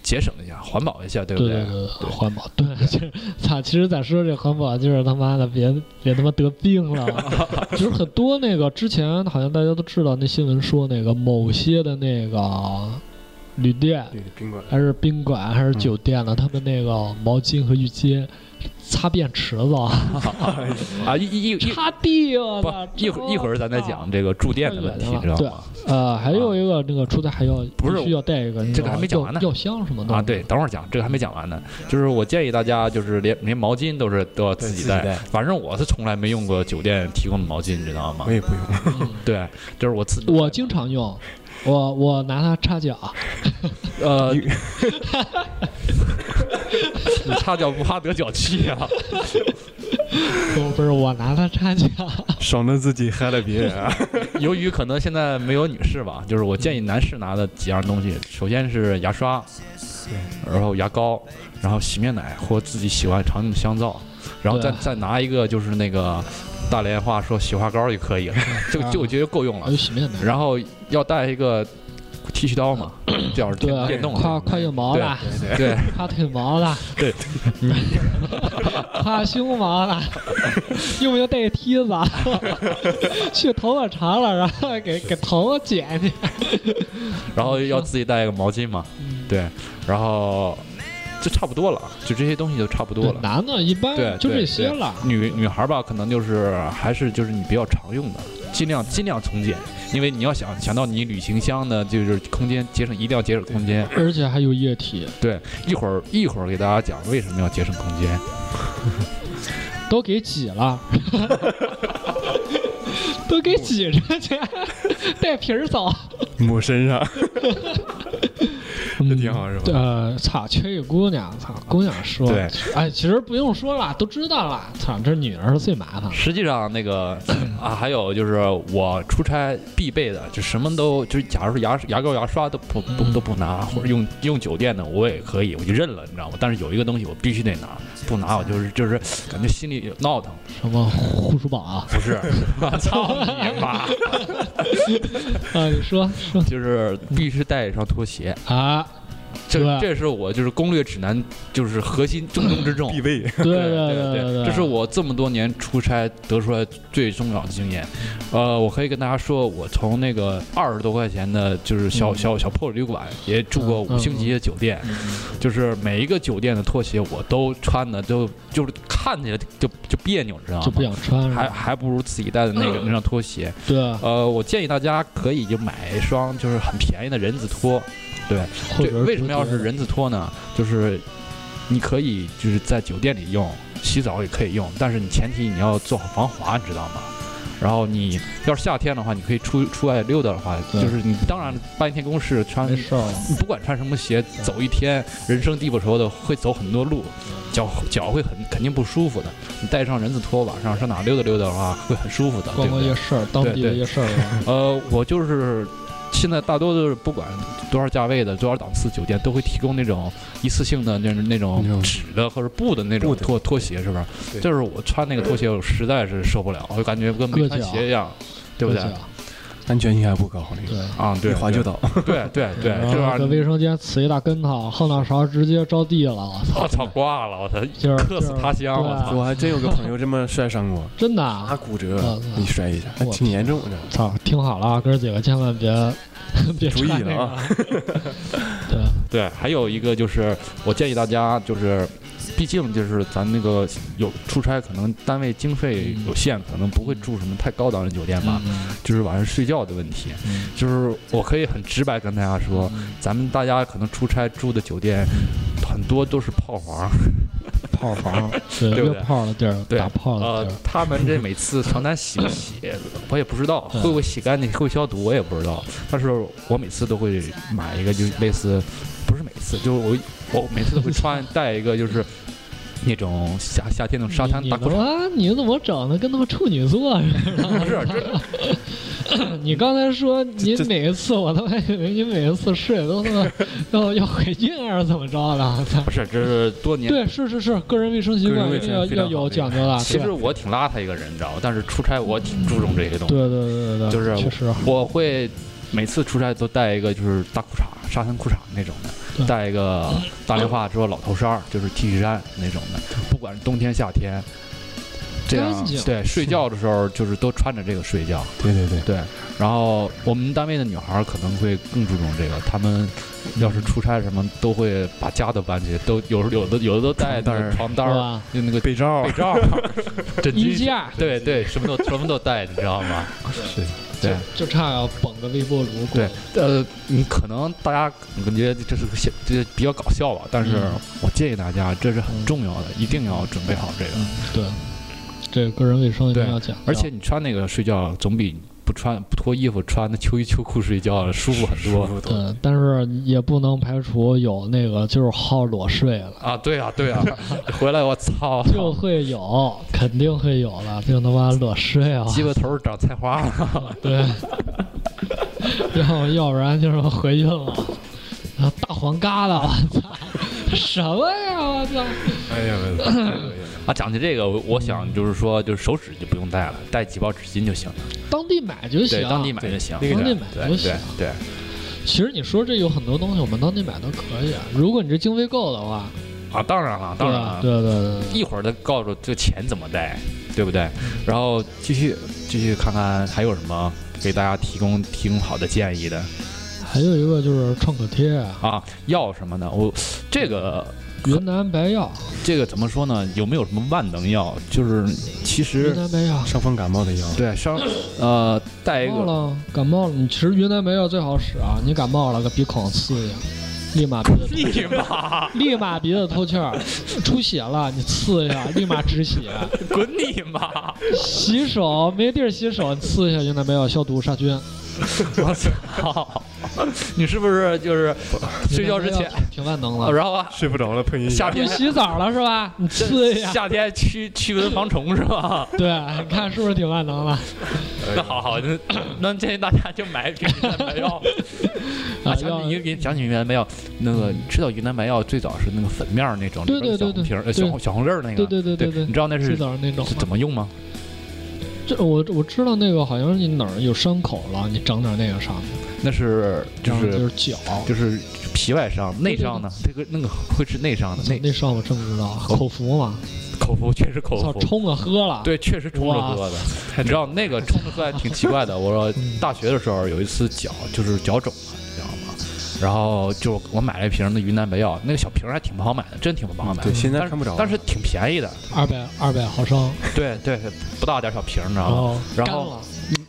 Speaker 3: 节省一下，环保一下，对不
Speaker 1: 对对对，
Speaker 3: 对
Speaker 1: 环保，对， 就是操，其实咱说这环保，就是他妈的别别他妈得病 了，就是很多那个之前好像大家都知道那新闻说那个某些的那个旅店
Speaker 2: 对，宾馆
Speaker 1: 还是宾馆还
Speaker 3: 嗯
Speaker 1: 是酒店呢，他们那个毛巾和浴巾擦遍池子，
Speaker 3: 啊，一一一一
Speaker 1: 擦地啊！
Speaker 3: 不一会儿一会儿咱再讲这个住店的问题，知道
Speaker 1: 对
Speaker 3: 吗？，
Speaker 1: 呃，还有一个那个出差还要
Speaker 3: 不是
Speaker 1: 必须要带一个，你知
Speaker 3: 这个
Speaker 1: 道
Speaker 3: 还
Speaker 1: 吗
Speaker 3: 没讲
Speaker 1: 药
Speaker 3: 完呢
Speaker 1: 药箱什么的
Speaker 3: 啊，对，，等会儿讲，这个还没讲完呢。就是我建议大家，就是连连毛巾都是都要自己
Speaker 2: 对自己
Speaker 3: 带
Speaker 2: 带。
Speaker 3: 反正我是从来没用过酒店提供的毛巾，你知道吗
Speaker 2: 我？也不用，
Speaker 3: 对，就是我自
Speaker 1: 我经常用，我我拿它擦脚，
Speaker 3: 呃，
Speaker 2: 你
Speaker 3: 你擦脚不怕得脚气啊？
Speaker 1: 不不是我拿它擦脚，
Speaker 2: 爽了自己，害了别人 啊！
Speaker 3: 由于可能现在没有女士吧，就是我建议男士拿的几样东西，首先是牙刷，然后牙膏，然后洗面奶或自己喜欢常用的香皂，然后再
Speaker 1: 对
Speaker 3: 再拿一个就是那个大连话说雪花膏就可以了，这个就我觉得够用
Speaker 1: 还
Speaker 3: 了
Speaker 1: 有。洗面奶，
Speaker 3: 然后要带一个剃须刀嘛，这要是 电
Speaker 1: 对啊
Speaker 3: 电动，
Speaker 1: 夸
Speaker 3: 的，
Speaker 1: 夸腋毛
Speaker 3: 对
Speaker 1: 啦，
Speaker 3: 对，
Speaker 1: 夸腿毛啦，
Speaker 3: 对，
Speaker 1: 夸胸毛啦，用不用带个梯子 啊？去头发长了，然后给给头发剪去。
Speaker 3: 然后要自己带一个毛巾嘛，
Speaker 1: 嗯
Speaker 3: 对，然后就差不多了，就这些东西就差不多
Speaker 1: 对
Speaker 3: 了，。
Speaker 1: 男的一般
Speaker 3: 对，
Speaker 1: 就
Speaker 3: 对
Speaker 1: 这些
Speaker 3: 对
Speaker 1: 了。
Speaker 3: 女女孩儿吧，可能就是还是就是你比较常用的，尽量尽量从简，因为你要想想到你旅行箱呢，就是空间节省，一定要节省空间。
Speaker 1: 而且还有液体，
Speaker 3: 对，一会儿一会儿给大家讲为什么要节省空间。
Speaker 1: 都给挤 了，都给挤着去，带皮儿走，
Speaker 2: 抹身上，这
Speaker 1: 这
Speaker 2: 挺好是吧？
Speaker 1: 嗯呃，操，缺一姑娘，操，姑娘说，
Speaker 2: 对，
Speaker 1: 哎，其实不用说了，都知道了，操，这女人是最麻烦的，
Speaker 3: 实际上那个 啊，还有就是我出差必备的，就什么都就是，假如说牙牙膏、牙刷都不不
Speaker 1: 嗯
Speaker 3: 都不拿，或者用用酒店的我也可以，我就认了，你知道吗？但是有一个东西我必须得拿，不拿我就是就是感觉心里闹腾。
Speaker 1: 什么护舒宝啊，
Speaker 3: 不是， 我操你妈！
Speaker 1: 啊，你说说
Speaker 3: 就是必须带一双拖鞋，
Speaker 1: 啊，
Speaker 3: 这
Speaker 1: 对
Speaker 3: 这是我就是攻略指南，就是核心重中
Speaker 1: 哦
Speaker 3: 之重
Speaker 2: 必。备，
Speaker 1: 对对
Speaker 3: 对
Speaker 1: 对
Speaker 3: 这是我这么多年出差得出来最重要的经验。呃，我可以跟大家说，我从那个二十多块钱的，就是小
Speaker 1: 嗯
Speaker 3: 小小破旅馆，也住过
Speaker 1: 嗯
Speaker 3: 五星级的酒店，就是每一个酒店的拖鞋我都穿的都就是看起来就就别扭，你知道
Speaker 1: 就不嗯
Speaker 3: 吗？
Speaker 1: 想穿
Speaker 3: 还
Speaker 1: 了，
Speaker 3: 还不如自己带的那个那双拖鞋。
Speaker 1: 对，
Speaker 3: 呃，我建议大家可以就买一双就是很便宜的人字拖。
Speaker 1: 或
Speaker 3: 对，
Speaker 1: 者
Speaker 3: 为什么要是人字拖呢？就是你可以就是在酒店里用，洗澡也可以用，但是你前提你要做好防滑，你知道吗？然后你要是夏天的话，你可以出出外溜达的话，
Speaker 1: 对
Speaker 3: 就是你当然半天公事穿
Speaker 1: 没事儿了，
Speaker 3: 你不管穿什么鞋，走一天，人生地不熟的，会走很多路，脚脚会很肯定不舒服的。你带上人字拖，晚上上哪溜达溜达的话，会很舒服的，
Speaker 1: 逛
Speaker 3: 对不
Speaker 1: 逛
Speaker 3: 对
Speaker 1: 夜？市，当地的
Speaker 3: 对
Speaker 1: 夜市了，
Speaker 3: 呃，我就是现在大多都是不管多少价位的、多少档次酒店都会提供那种一次性的那那
Speaker 2: 那种
Speaker 3: 种纸的或者布的那
Speaker 2: 嗯
Speaker 3: 种
Speaker 2: 布的
Speaker 3: 拖拖鞋，是不是？
Speaker 2: 对
Speaker 3: 就是我穿那个拖鞋，我实在是受不了，我感觉跟没穿
Speaker 1: 硌脚
Speaker 3: 鞋一样，对不对
Speaker 1: 而？且
Speaker 2: 安全性还不高，那个
Speaker 1: 对。
Speaker 3: 啊，对，
Speaker 2: 一滑就啊
Speaker 3: 对
Speaker 2: 倒，
Speaker 3: 对对 对，
Speaker 1: 然
Speaker 3: 这
Speaker 1: 后
Speaker 3: 玩
Speaker 1: 搁
Speaker 3: 意
Speaker 1: 卫
Speaker 3: 儿，
Speaker 1: 生间呲一大跟头，后脑勺直接着地了，我操！
Speaker 3: 我操，挂了，我操，
Speaker 1: 就是
Speaker 3: 客死他
Speaker 2: 啊
Speaker 3: 乡，我
Speaker 1: 对
Speaker 3: 操！
Speaker 2: 我还真有个朋友这么摔伤过，
Speaker 1: 真的
Speaker 2: 打
Speaker 1: 啊，
Speaker 2: 骨折
Speaker 1: 啊，
Speaker 2: 你摔一下，还
Speaker 1: 我
Speaker 2: 挺严重的。
Speaker 1: 操！听好了啊，哥儿几个千万别别
Speaker 2: 注意
Speaker 1: 穿这
Speaker 2: 了啊
Speaker 1: 个。对，
Speaker 3: 对，还有一个就是，我建议大家就是。毕竟就是咱那个有出差，可能单位经费有限，
Speaker 2: 嗯
Speaker 3: 可能不会住什么太高档的酒店吧。
Speaker 1: 嗯
Speaker 3: 就是晚上睡觉的问题。
Speaker 1: 嗯
Speaker 3: 就是我可以很直白跟大家说，咱们大家可能出差住的酒店很多都是炮房，
Speaker 1: 泡房， 对，
Speaker 3: 对不
Speaker 1: 约
Speaker 3: 对
Speaker 1: 炮的地儿，
Speaker 3: 对
Speaker 1: 打炮的
Speaker 3: 呃
Speaker 1: 地儿，，
Speaker 3: 他们这每次床单洗不洗，我也不知道，
Speaker 1: 对
Speaker 3: 会不会洗干净，会不会消毒，我也不知道。但是我每次都会买一个，就是类似，不是每次，就是我我每次都会穿带一个，就是那种夏夏天那种沙滩
Speaker 1: 你
Speaker 3: 大
Speaker 1: 你
Speaker 3: 裤
Speaker 1: 怎
Speaker 3: 衩。
Speaker 1: 么你怎么整的跟他妈处女座 似
Speaker 3: 不是，这
Speaker 1: 的？ 你刚才说你
Speaker 2: 这
Speaker 1: 每一次我他妈以为你每一次睡都他妈 要要回劲还是怎么着的？我操！
Speaker 3: 不是，这是多年
Speaker 1: 对，啊是是是，个人卫生习
Speaker 2: 个人
Speaker 1: 惯一
Speaker 2: 卫
Speaker 1: 定
Speaker 2: 生
Speaker 1: 要
Speaker 2: 非
Speaker 1: 要
Speaker 2: 常
Speaker 1: 有
Speaker 2: 好这
Speaker 1: 讲究的。
Speaker 3: 其
Speaker 1: 对
Speaker 3: 实我挺邋遢一个人，你知道吗？但是出差我挺注重这些东西。
Speaker 1: 对对对对对，
Speaker 3: 就是
Speaker 1: 确实
Speaker 3: 我会每次出差都带一个就是大裤衩、沙滩裤衩那种
Speaker 1: 对
Speaker 3: 的，带一个大连话说老头衫儿，就是 T 恤衫那种的，不管是冬天夏天，这样
Speaker 1: 干净
Speaker 3: 对睡觉的时候就是都穿着这个睡觉。
Speaker 2: 对对对，
Speaker 3: 对，然后我们单位的女孩儿可能会更注重这个，她们要是出差什么，都会把家都搬去，都有有的有的 都带
Speaker 2: 床单
Speaker 3: 那个
Speaker 2: 儿
Speaker 3: 床单
Speaker 1: 是
Speaker 3: 儿，
Speaker 1: 吧？
Speaker 3: 就那个
Speaker 2: 被罩
Speaker 3: 被罩儿、枕
Speaker 1: 衣
Speaker 3: 巾，
Speaker 1: 架
Speaker 3: 对对，什么都什么都带，你知道 吗？
Speaker 2: 是
Speaker 3: 对
Speaker 1: 就差要绷个微波炉过
Speaker 3: 对，呃，你可能大家感觉这是个小，这比较搞笑吧，但是
Speaker 1: 嗯
Speaker 3: 我建议大家，这是很
Speaker 1: 嗯
Speaker 3: 重要的，一定要准备好这个。
Speaker 1: 嗯，对，这个人卫生一定要讲究，
Speaker 3: 而且你穿那个睡觉，总比不穿不脱衣服穿的秋衣秋裤睡觉舒服很多。
Speaker 1: 对，但是也不能排除有那个就是好裸睡了。
Speaker 3: 啊，对啊，对啊，回来我操，
Speaker 1: 就会有，肯定会有了，就他妈裸睡啊！
Speaker 3: 鸡巴头长菜花 了。
Speaker 1: 对，要要不然就是回去了，然后大黄疙瘩，我操，什么呀，我操！
Speaker 2: 哎呀，
Speaker 3: 啊，讲起这个，我我想就是说，就是手纸就不用带了，带几包纸巾就行了，
Speaker 1: 当地买就行
Speaker 3: 对，，当地买就行。
Speaker 2: 那个
Speaker 1: 当地
Speaker 2: 点
Speaker 1: 买
Speaker 3: 对
Speaker 1: 就行
Speaker 3: 对。对，
Speaker 1: 其实你说这有很多东西，我们当地买都可以。啊如果你这经费够的话，
Speaker 3: 啊，当然了，当然了，
Speaker 1: 对吧对对对对，
Speaker 3: 一会儿再告诉这钱怎么带，对不对？
Speaker 1: 嗯
Speaker 3: 然后继续继续看看还有什么给大家提供提供好的建议的
Speaker 1: 还有一个就是创可贴啊，
Speaker 3: 啊，药什么的，我这个
Speaker 1: 云南白药，
Speaker 3: 这个怎么说呢？有没有什么万能药？就是其
Speaker 1: 云
Speaker 3: 实
Speaker 1: 南白药。
Speaker 2: 伤风感冒的药，
Speaker 3: 对伤呃带一
Speaker 1: 感冒
Speaker 3: 个
Speaker 1: 了，感冒了。你其实云南白药最好使啊，你感冒了，个鼻孔刺一下，立马鼻子
Speaker 3: 立 马
Speaker 1: 立马鼻子透气儿，出血了你刺一下，立马止血。
Speaker 3: 滚你妈！
Speaker 1: 洗手没地儿洗手，你刺一下云南白药消毒杀菌。
Speaker 3: 我操！你是不是就是睡觉之
Speaker 1: 云
Speaker 3: 前
Speaker 1: 南白，药挺万能
Speaker 3: 啊
Speaker 1: 的。
Speaker 3: 然后
Speaker 2: 睡不着了，喷一
Speaker 3: 夏
Speaker 1: 你
Speaker 3: 天
Speaker 1: 洗澡了是 吧？你刺一下，
Speaker 3: 夏天驱驱蚊防虫是吧？
Speaker 1: 对，你看是不是挺万能的？
Speaker 3: 那好好，那 那建议大家就买给云南白 药。啊，
Speaker 1: 啊，
Speaker 3: 想
Speaker 1: 要
Speaker 3: 起云云想起云南白药，那个你知道云南白药最早是那个粉面儿那种，
Speaker 1: 对
Speaker 3: 里边
Speaker 1: 对对
Speaker 3: 小红瓶儿呃
Speaker 1: 对
Speaker 3: 小红小红粒儿那个，
Speaker 1: 对对对对对
Speaker 3: 你知道那
Speaker 1: 洗
Speaker 3: 是
Speaker 1: 澡那种
Speaker 3: 是
Speaker 1: 吗。
Speaker 3: 怎么用吗？
Speaker 1: 这我我知道那个好像是你哪儿有伤口了，你整点那个上去，
Speaker 3: 那是就
Speaker 1: 然后
Speaker 3: 是
Speaker 1: 就是脚。
Speaker 3: 就是皮外伤，内
Speaker 1: 对对对
Speaker 3: 伤呢？这个那个会治内伤的，内
Speaker 1: 那伤我真不知道，口服嘛，
Speaker 3: 口服确实口
Speaker 1: 操，
Speaker 3: 服，
Speaker 1: 冲了喝了。
Speaker 3: 对，确实冲着喝的。你知道那个冲着喝还挺奇怪的。我说
Speaker 1: 嗯
Speaker 3: 大学的时候有一次脚就是脚肿了，你知道吗？然后就我买了一瓶那云南白药，那个小瓶儿还挺不好买的，真挺不好买的
Speaker 2: 对，。现在
Speaker 3: 但是
Speaker 2: 看不着了，嗯
Speaker 3: 但是挺便宜的，
Speaker 1: 二百二百毫升，
Speaker 3: 对对，不大点儿小瓶儿，你知
Speaker 1: 然
Speaker 3: 道
Speaker 2: 哦
Speaker 3: 吗？
Speaker 1: 后
Speaker 3: 然
Speaker 1: 干
Speaker 3: 后
Speaker 1: 了，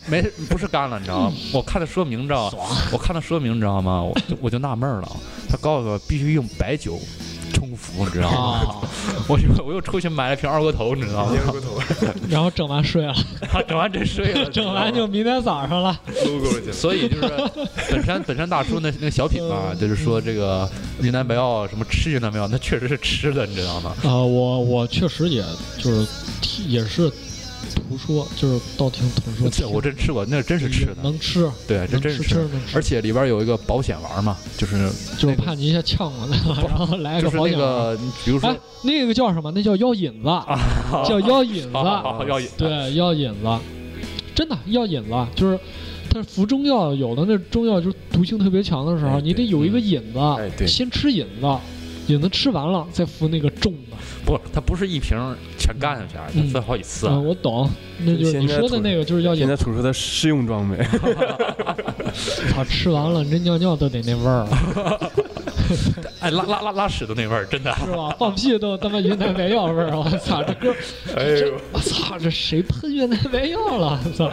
Speaker 3: 没不是干了，你知道吗？我看的说明，你知道吗，
Speaker 1: 爽。
Speaker 3: 我看的说明，你知道吗？我就我就纳闷儿了，他告诉我必须用白酒冲服，你知道吗？
Speaker 2: 哦
Speaker 1: 啊，
Speaker 3: 我就我又出去买了瓶二锅头，你知道吗？
Speaker 2: 烟锅头
Speaker 1: 然后整完睡了，
Speaker 3: 整完真睡了，
Speaker 1: 整完就明天早上了。
Speaker 2: 撸过 去了，
Speaker 3: 所以就是 本山本山大叔那那个小品吧，
Speaker 1: 嗯
Speaker 3: 就是说这个云南白药什么吃云南白药，那确实是吃的，你知道吗？
Speaker 1: 啊，我我确实也就是听也是图说，就是道听途说
Speaker 3: 我。这我真吃过，那真是吃的，
Speaker 1: 能吃，
Speaker 3: 对，这
Speaker 1: 能
Speaker 3: 真
Speaker 1: 吃确
Speaker 3: 是吃
Speaker 1: 实
Speaker 3: 的。
Speaker 1: 能吃，
Speaker 3: 而且里边有一个保险丸嘛，就是
Speaker 1: 就是
Speaker 3: 那个
Speaker 1: 怕你一下呛过来了，然后来
Speaker 3: 就
Speaker 1: 个
Speaker 3: 是
Speaker 1: 保
Speaker 3: 那
Speaker 1: 险丸。
Speaker 3: 个，比如说
Speaker 1: 哎，那个叫什么？那叫药引子，叫药引子。
Speaker 3: 啊，药引
Speaker 1: 对，药引子，真的药引子，就是它服中药，有的那中药就是毒性特别强的时候，
Speaker 2: 哎
Speaker 1: 你得
Speaker 2: 对
Speaker 1: 有一个
Speaker 3: 嗯
Speaker 1: 引子，
Speaker 2: 哎对
Speaker 1: 先吃引子，引子吃完了再服那个重的。
Speaker 2: 哎
Speaker 3: 不，它不是一瓶全干下去啊，它
Speaker 1: 嗯
Speaker 3: 分好几次
Speaker 1: 嗯、
Speaker 3: 啊。
Speaker 1: 我懂，那就是你说的那个，就是药
Speaker 2: 现
Speaker 1: 引
Speaker 2: 在吐出它试用装备，
Speaker 1: 子，操，吃完了你这尿尿都得那味儿了，
Speaker 3: 哎，拉拉拉拉屎的那味儿，真 的。
Speaker 1: 是 吧？放屁都他妈云南白药味儿，我操，这歌，
Speaker 2: 哎
Speaker 1: 这，我操，这谁喷云南白药了？我操，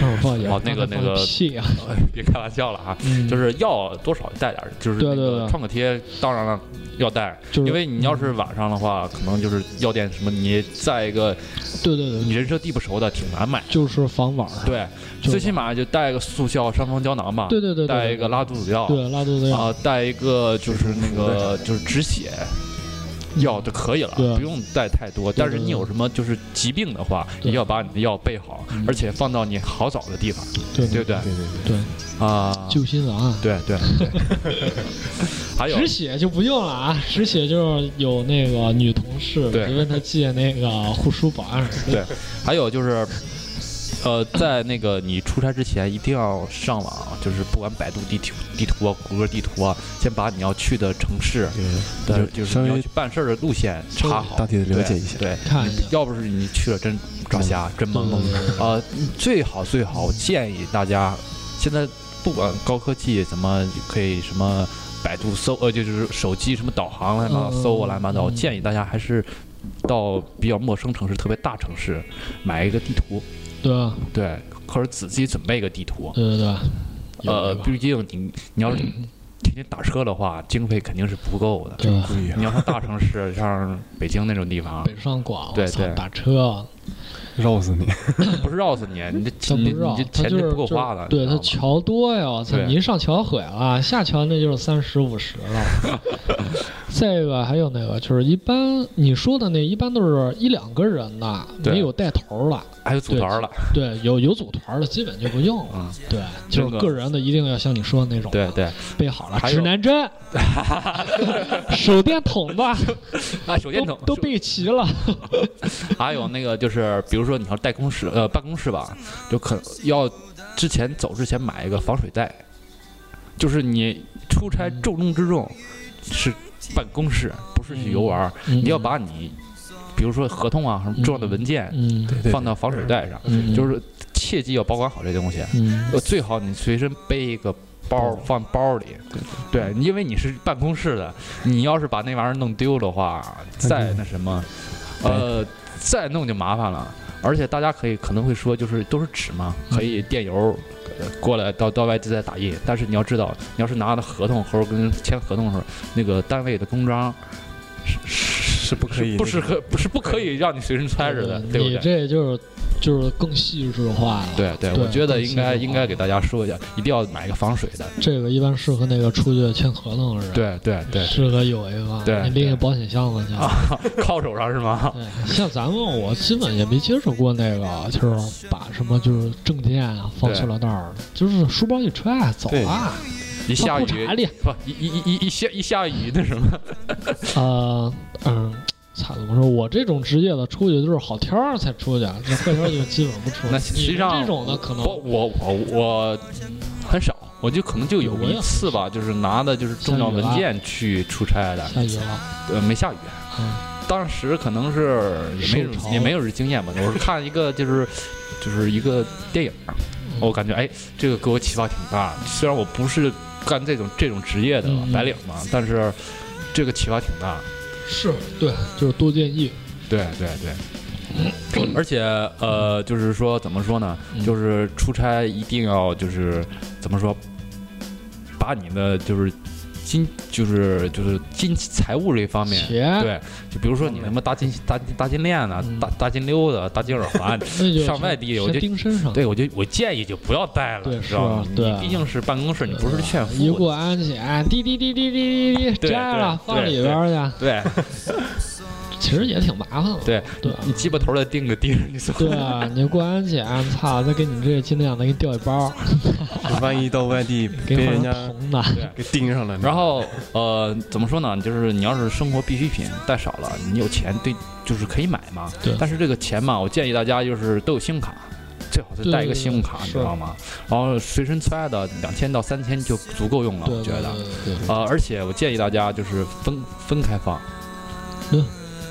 Speaker 1: 告诉我报警，
Speaker 3: 哦那个
Speaker 1: 刚才
Speaker 3: 那个
Speaker 1: 放屁啊，
Speaker 3: 别开玩笑了啊，
Speaker 1: 嗯
Speaker 3: 就是药多少带点儿，就是
Speaker 1: 对
Speaker 3: 那
Speaker 1: 对
Speaker 3: 个
Speaker 1: 对
Speaker 3: 创可贴，当然了要带，
Speaker 1: 就是
Speaker 3: 因为你要是晚上的话，可能就是药店什么，你在一个
Speaker 1: 对对对，
Speaker 3: 你人生地不熟的，挺难买。
Speaker 1: 就是防网，
Speaker 3: 对，
Speaker 1: 就是
Speaker 3: 最起码就带个速效伤风胶囊吧，
Speaker 1: 对对对对
Speaker 3: 带一个拉肚子药，
Speaker 1: 对拉肚子药，
Speaker 3: 啊，带一个就是那个就是止血药就可以了，
Speaker 1: 对
Speaker 3: 不用带太多。
Speaker 1: 对
Speaker 3: 但是你有什么就是疾病的话，
Speaker 1: 对嗯
Speaker 3: 也要把你的药备好，而且放到你好找的地方，
Speaker 1: 对
Speaker 3: 对不对？
Speaker 2: 对对对，
Speaker 1: 对，
Speaker 3: 啊，
Speaker 1: 救心丸。
Speaker 3: 对对对， 还有
Speaker 1: 止血就不用了啊，止血就是有那个女同事，
Speaker 3: 对
Speaker 1: 你问她借那个护舒宝啊什么的，
Speaker 3: 对，还有就是，呃，在那个你出差之前一定要上网就是不管百度地图、地图啊、谷歌地图啊，先把你要去的城市的，
Speaker 2: 就
Speaker 3: 就是
Speaker 2: 稍
Speaker 3: 你
Speaker 2: 微
Speaker 3: 要去办事儿的路线查好，
Speaker 2: 大体的了解一下嗯
Speaker 3: 对，对
Speaker 1: 看一下。
Speaker 3: 要不是你去了真抓瞎，真
Speaker 1: 对
Speaker 3: 懵了。呃，最好最好建议大家，现在不管高科技怎么可以什么百度搜，呃，就是手机什么导航乱七八糟
Speaker 1: 嗯
Speaker 3: 搜啊乱七八糟，
Speaker 1: 嗯
Speaker 3: 建议大家还是到比较陌生城市，特别大城市买一个地图，
Speaker 1: 对啊
Speaker 3: 对，或者自己准备一个地图。
Speaker 1: 对对对，有
Speaker 3: 呃，
Speaker 1: 有
Speaker 3: 毕竟你你要是天天打车的话，经费肯定是不够的。
Speaker 1: 对啊
Speaker 2: 不一样
Speaker 3: 你要上大城市，像北京那种地方，
Speaker 1: 北上广，
Speaker 3: 对
Speaker 1: 操
Speaker 3: 对
Speaker 1: 打车
Speaker 2: 绕死你！
Speaker 3: 不是绕死你，你这
Speaker 1: 他不
Speaker 3: 你
Speaker 1: 知
Speaker 3: 你
Speaker 1: 道
Speaker 3: 这，
Speaker 1: 他
Speaker 3: 钱
Speaker 1: 就
Speaker 3: 就是不够花了。
Speaker 1: 就是对
Speaker 3: 你知道
Speaker 1: 他
Speaker 3: 吗
Speaker 1: 桥多呀，我操！
Speaker 3: 对
Speaker 1: 你一上桥毁了，下桥那就是三十五十 了。再一个还有那个，就是一般你说的那一般都是一两个人的，
Speaker 3: 对
Speaker 1: 没有带头了。
Speaker 3: 还有组团了，
Speaker 1: 对，有有组团的基本就不用了。
Speaker 3: 嗯，
Speaker 1: 对，就是
Speaker 3: 那个
Speaker 1: 个人的一定要像你说的那种，
Speaker 3: 对对，
Speaker 1: 备好了
Speaker 3: 还有
Speaker 1: 指南针、手电筒吧，
Speaker 3: 啊， 手电
Speaker 1: 都
Speaker 3: 筒
Speaker 1: 都备齐了。
Speaker 3: 还有那个就是，比如说你要带公室呃办公室吧，就可要之前走之前买一个防水袋，就是你出差
Speaker 1: 嗯
Speaker 3: 重中之重是办公室，不是去游玩儿，
Speaker 1: 你
Speaker 3: 你要把你比如说合同啊什么重要的文件
Speaker 1: 嗯嗯
Speaker 3: 放到防水袋上，
Speaker 1: 嗯，
Speaker 3: 就是切记要保管好这东西，
Speaker 1: 嗯
Speaker 3: 呃最好你随身背一个。包放包里，对，因为你是办公室的，你要是把那玩意儿弄丢的话，再那什么，呃，再弄就麻烦了。而且大家可以可能会说，就是都是纸嘛，
Speaker 1: 嗯
Speaker 3: 可以电邮呃过来到到外地再打印。但是你要知道，你要是拿了合同或者跟人签合同的时候，那个单位的公章是是是不
Speaker 2: 可以
Speaker 3: 不
Speaker 2: 那
Speaker 3: 是可不是不可以让你随身揣着的，对不
Speaker 1: 嗯你
Speaker 3: 对？
Speaker 1: 这就是就是更细致化了。
Speaker 3: 对对，我觉得应该应该给大家说一下，一定要买一个防水的。
Speaker 1: 这个一般适合那个出去签合同的人，
Speaker 3: 对对对，
Speaker 1: 适合有一个，
Speaker 3: 对
Speaker 1: 你拎
Speaker 3: 对啊
Speaker 1: 个保险箱子去。
Speaker 3: 靠手上是吗？
Speaker 1: 对，像咱们我基本也没接触过那个，就是把什么就是证件啊放
Speaker 3: 对
Speaker 1: 塑料袋儿，就是书包一揣走
Speaker 2: 对
Speaker 1: 啊，
Speaker 3: 一
Speaker 1: 放
Speaker 3: 下
Speaker 1: 裤
Speaker 3: 雨
Speaker 1: 衩里，
Speaker 3: 不一一一一一下一下雨那什么？
Speaker 1: 呃嗯。操，怎么说？我这种职业的出去就是好天儿才出去，啊这坏天儿就基本不出去。
Speaker 3: 那实际上
Speaker 1: 你这种的可能
Speaker 3: 不，我我我很少，我就可能就有
Speaker 1: 我也
Speaker 3: 一次吧，就是拿的就是重要文件去出差的，
Speaker 1: 下雨了，
Speaker 3: 呃，没下雨。
Speaker 1: 嗯
Speaker 3: 当时可能是也没有
Speaker 1: 受潮
Speaker 3: 也没有这经验吧，我是看一个就是就是一个电影，我感觉哎，这个给我启发挺大。虽然我不是干这种这种职业的
Speaker 1: 嗯嗯
Speaker 3: 白领嘛，但是这个启发挺大。
Speaker 1: 是对，就是多建议。
Speaker 3: 对对对，而且呃，就是说怎么说呢？
Speaker 1: 嗯
Speaker 3: 就是出差一定要就是怎么说，把你的就是金就是就是金财务这方面。
Speaker 1: 钱，
Speaker 3: 对，就比如说你什么大金大金大金链子、
Speaker 1: 嗯
Speaker 3: 大大金溜子、大金耳 环，
Speaker 1: 那就
Speaker 3: 上
Speaker 1: 是
Speaker 3: 外地我
Speaker 1: 先
Speaker 3: 就
Speaker 1: 盯身上。
Speaker 3: 对我就我建议就不要带了，
Speaker 1: 对
Speaker 3: 知道吗
Speaker 1: 是？对
Speaker 3: 你毕竟是办公室，你不是炫
Speaker 1: 一
Speaker 3: 富的。
Speaker 1: 过安检，滴滴滴滴滴滴滴，
Speaker 3: 对
Speaker 1: 摘了
Speaker 3: 对
Speaker 1: 放
Speaker 3: 对
Speaker 1: 里边儿
Speaker 3: 对
Speaker 1: 去，其实也挺麻烦的。
Speaker 3: 对，
Speaker 1: 对
Speaker 3: 你鸡巴头儿再钉个钉儿，你说
Speaker 1: 对啊，你过安检，操，再给你这尽量的给你掉一包，
Speaker 2: 万一到外地
Speaker 1: 给你
Speaker 2: 被人
Speaker 1: 换
Speaker 2: 家
Speaker 1: 成铜的。
Speaker 2: 给盯上了，
Speaker 3: 然后呃，怎么说呢？就是你要是生活必需品带少了，你有钱对，就是可以买嘛。
Speaker 1: 对
Speaker 3: 但是这个钱嘛，我建议大家就是都有信用卡，最好是带一个信用卡，
Speaker 1: 对对对
Speaker 3: 你知道吗？然后随身揣的两千到三千就足够用了，
Speaker 1: 对，
Speaker 3: 哦我觉得。
Speaker 1: 对，对
Speaker 3: 呃，而且我建议大家就是分分开放，
Speaker 1: 嗯，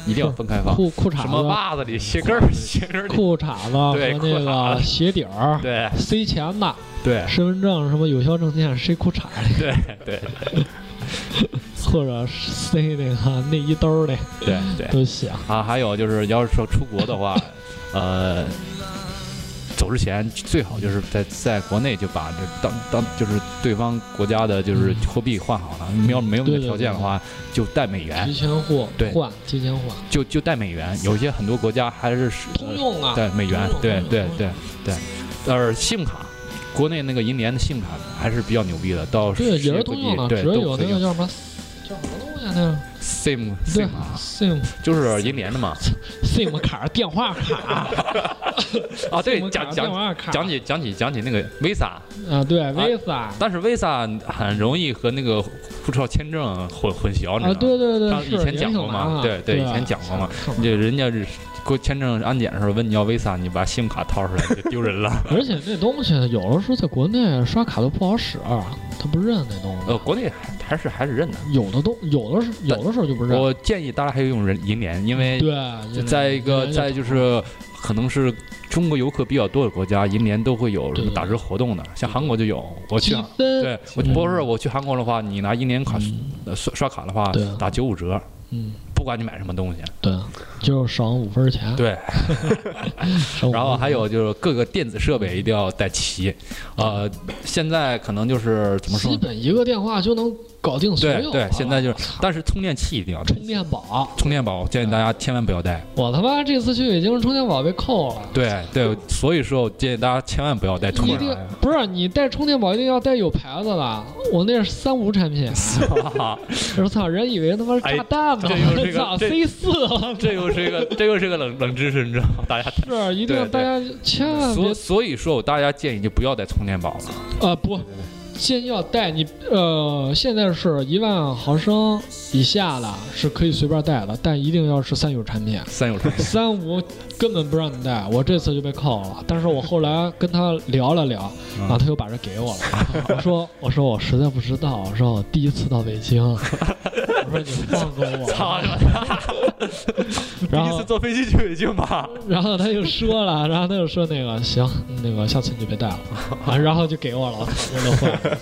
Speaker 3: 一定要分开放。
Speaker 1: 裤裤
Speaker 3: 什么
Speaker 1: 衩
Speaker 3: 袜子里、鞋跟儿、鞋跟儿
Speaker 1: 子、
Speaker 3: 里，
Speaker 1: 裤衩子和
Speaker 3: 对
Speaker 1: 那
Speaker 3: 裤衩
Speaker 1: 个
Speaker 3: 子
Speaker 1: 鞋底儿、
Speaker 3: 对
Speaker 1: 塞钱的、
Speaker 3: 对
Speaker 1: 身份证什么有效证件塞裤衩里，
Speaker 3: 对对
Speaker 1: 或者塞那个内衣兜里
Speaker 3: 对对。
Speaker 1: 都行。
Speaker 3: 啊，还有就是，要是说出国的话，呃，走之前最好就是在在国内就把这当当就是对方国家的就是货币换好了，没有没有那
Speaker 1: 嗯对
Speaker 3: 个
Speaker 1: 对
Speaker 3: 条
Speaker 1: 对
Speaker 3: 件的
Speaker 1: 对
Speaker 3: 话，就带美元
Speaker 1: 提，前货
Speaker 3: 哎对
Speaker 1: 换，提前换，
Speaker 3: 就就带美元。有些很多国家还是使
Speaker 1: 通用啊。
Speaker 3: 对美元
Speaker 1: 通用，
Speaker 3: 对
Speaker 1: 通用嗯
Speaker 3: 对
Speaker 1: 通用
Speaker 3: 对对，呃，信用卡。国内那个银联的信用卡还是比较牛逼的，到
Speaker 1: 对，
Speaker 3: 世
Speaker 1: 也
Speaker 3: 界
Speaker 1: 是
Speaker 3: 各
Speaker 1: 通
Speaker 3: 地
Speaker 1: 用的，
Speaker 3: 对
Speaker 1: 只是
Speaker 3: 都
Speaker 1: 有
Speaker 3: 可
Speaker 1: 那
Speaker 3: 以
Speaker 1: 个
Speaker 3: 用。
Speaker 1: 叫什么叫什么东西啊那个
Speaker 3: SIM
Speaker 1: 对
Speaker 3: SIM 啊，
Speaker 1: SIM
Speaker 3: 就是银联 的嘛。
Speaker 1: SIM 卡、电话卡
Speaker 3: 啊，对
Speaker 1: SIM，卡电
Speaker 3: 讲讲
Speaker 1: 话卡
Speaker 3: 讲起讲起讲起那个 Visa，
Speaker 1: 啊，对，Visa
Speaker 3: 但是 Visa 很容易和那个护照签证混混淆，你知道吗？
Speaker 1: 啊，对对对，
Speaker 3: 上
Speaker 1: 是
Speaker 3: 以前讲过
Speaker 1: 也
Speaker 3: 嘛
Speaker 1: 挺麻烦
Speaker 3: 对对
Speaker 1: 对，啊
Speaker 3: 以前讲过嘛
Speaker 1: 是吧
Speaker 3: 就人家是过签证安检的时候问你要 Visa，你把信用卡掏出来就丢人 了。
Speaker 1: 而且那东西有的时候在国内刷卡都不好使，他不认那东西。
Speaker 3: 呃，国内还还是还是认的。
Speaker 1: 有的东有的是
Speaker 3: 但
Speaker 1: 有的时候就不认。
Speaker 3: 我建议大家还是用人银联，因为
Speaker 1: 对，啊
Speaker 3: 就
Speaker 1: 就
Speaker 3: 在一个在就是可能是中国游客比较多的国家，银联都会有
Speaker 1: 对对
Speaker 3: 打折活动的，像韩国就有。我
Speaker 1: 我
Speaker 3: 去
Speaker 1: 积
Speaker 3: 韩，
Speaker 1: 分，
Speaker 3: 对我
Speaker 1: 嗯
Speaker 3: 不是我去韩国的话，你拿银联卡
Speaker 1: 嗯
Speaker 3: 呃刷刷卡的话
Speaker 1: 对啊，
Speaker 3: 打九五折，
Speaker 1: 嗯，
Speaker 3: 不管你买什么东西。
Speaker 1: 对，就是省五分钱。
Speaker 3: 对，
Speaker 1: 省五分钱，
Speaker 3: 然后还有就是各个电子设备一定要带齐，呃，现在可能就是怎么说
Speaker 1: 基
Speaker 3: 呢？
Speaker 1: 本一个电话就能搞定所
Speaker 3: 对
Speaker 1: 有了。啊
Speaker 3: 对，现在就是，但是充电器一定要带
Speaker 1: 充电宝，
Speaker 3: 充电宝建议大家千万不要带。
Speaker 1: 我他妈这次去北京充电宝被扣了。
Speaker 3: 对对，所以说我建议大家千万不要带充
Speaker 1: 一
Speaker 3: 电
Speaker 1: 定
Speaker 3: 宝。
Speaker 1: 不是你带充电宝一定要带有牌子的，我那是三无产 品，我操，人以为他妈是炸弹呢，
Speaker 3: 哎这又是
Speaker 1: 我
Speaker 3: 个
Speaker 1: 操
Speaker 3: 这
Speaker 1: C 四了，
Speaker 3: 这又是一个，这又是一个冷冷知识，你知道吗？大家
Speaker 1: 是啊一定要
Speaker 3: 对对
Speaker 1: 大家千万别
Speaker 3: 所所以说，我大家建议就不要带充电宝了。
Speaker 1: 啊不，先要带你呃，现在是一万毫升以下的是可以随便带的，但一定要是三有产品。
Speaker 3: 三有产品，
Speaker 1: 三无根本不让你带，我这次就被扣了。但是我后来跟他聊了聊，
Speaker 2: 嗯
Speaker 1: 啊，他又把这给我了。我说，我说我实在不知道，我说我第一次到北京，我说你放过我。
Speaker 3: 操！
Speaker 1: 然
Speaker 2: 第一
Speaker 1: 后
Speaker 2: 次坐飞机去北京吧，
Speaker 1: 然后他又说了，然后他又说那个行，那个下次你就别带了，啊，然后就给我了，我乐坏了，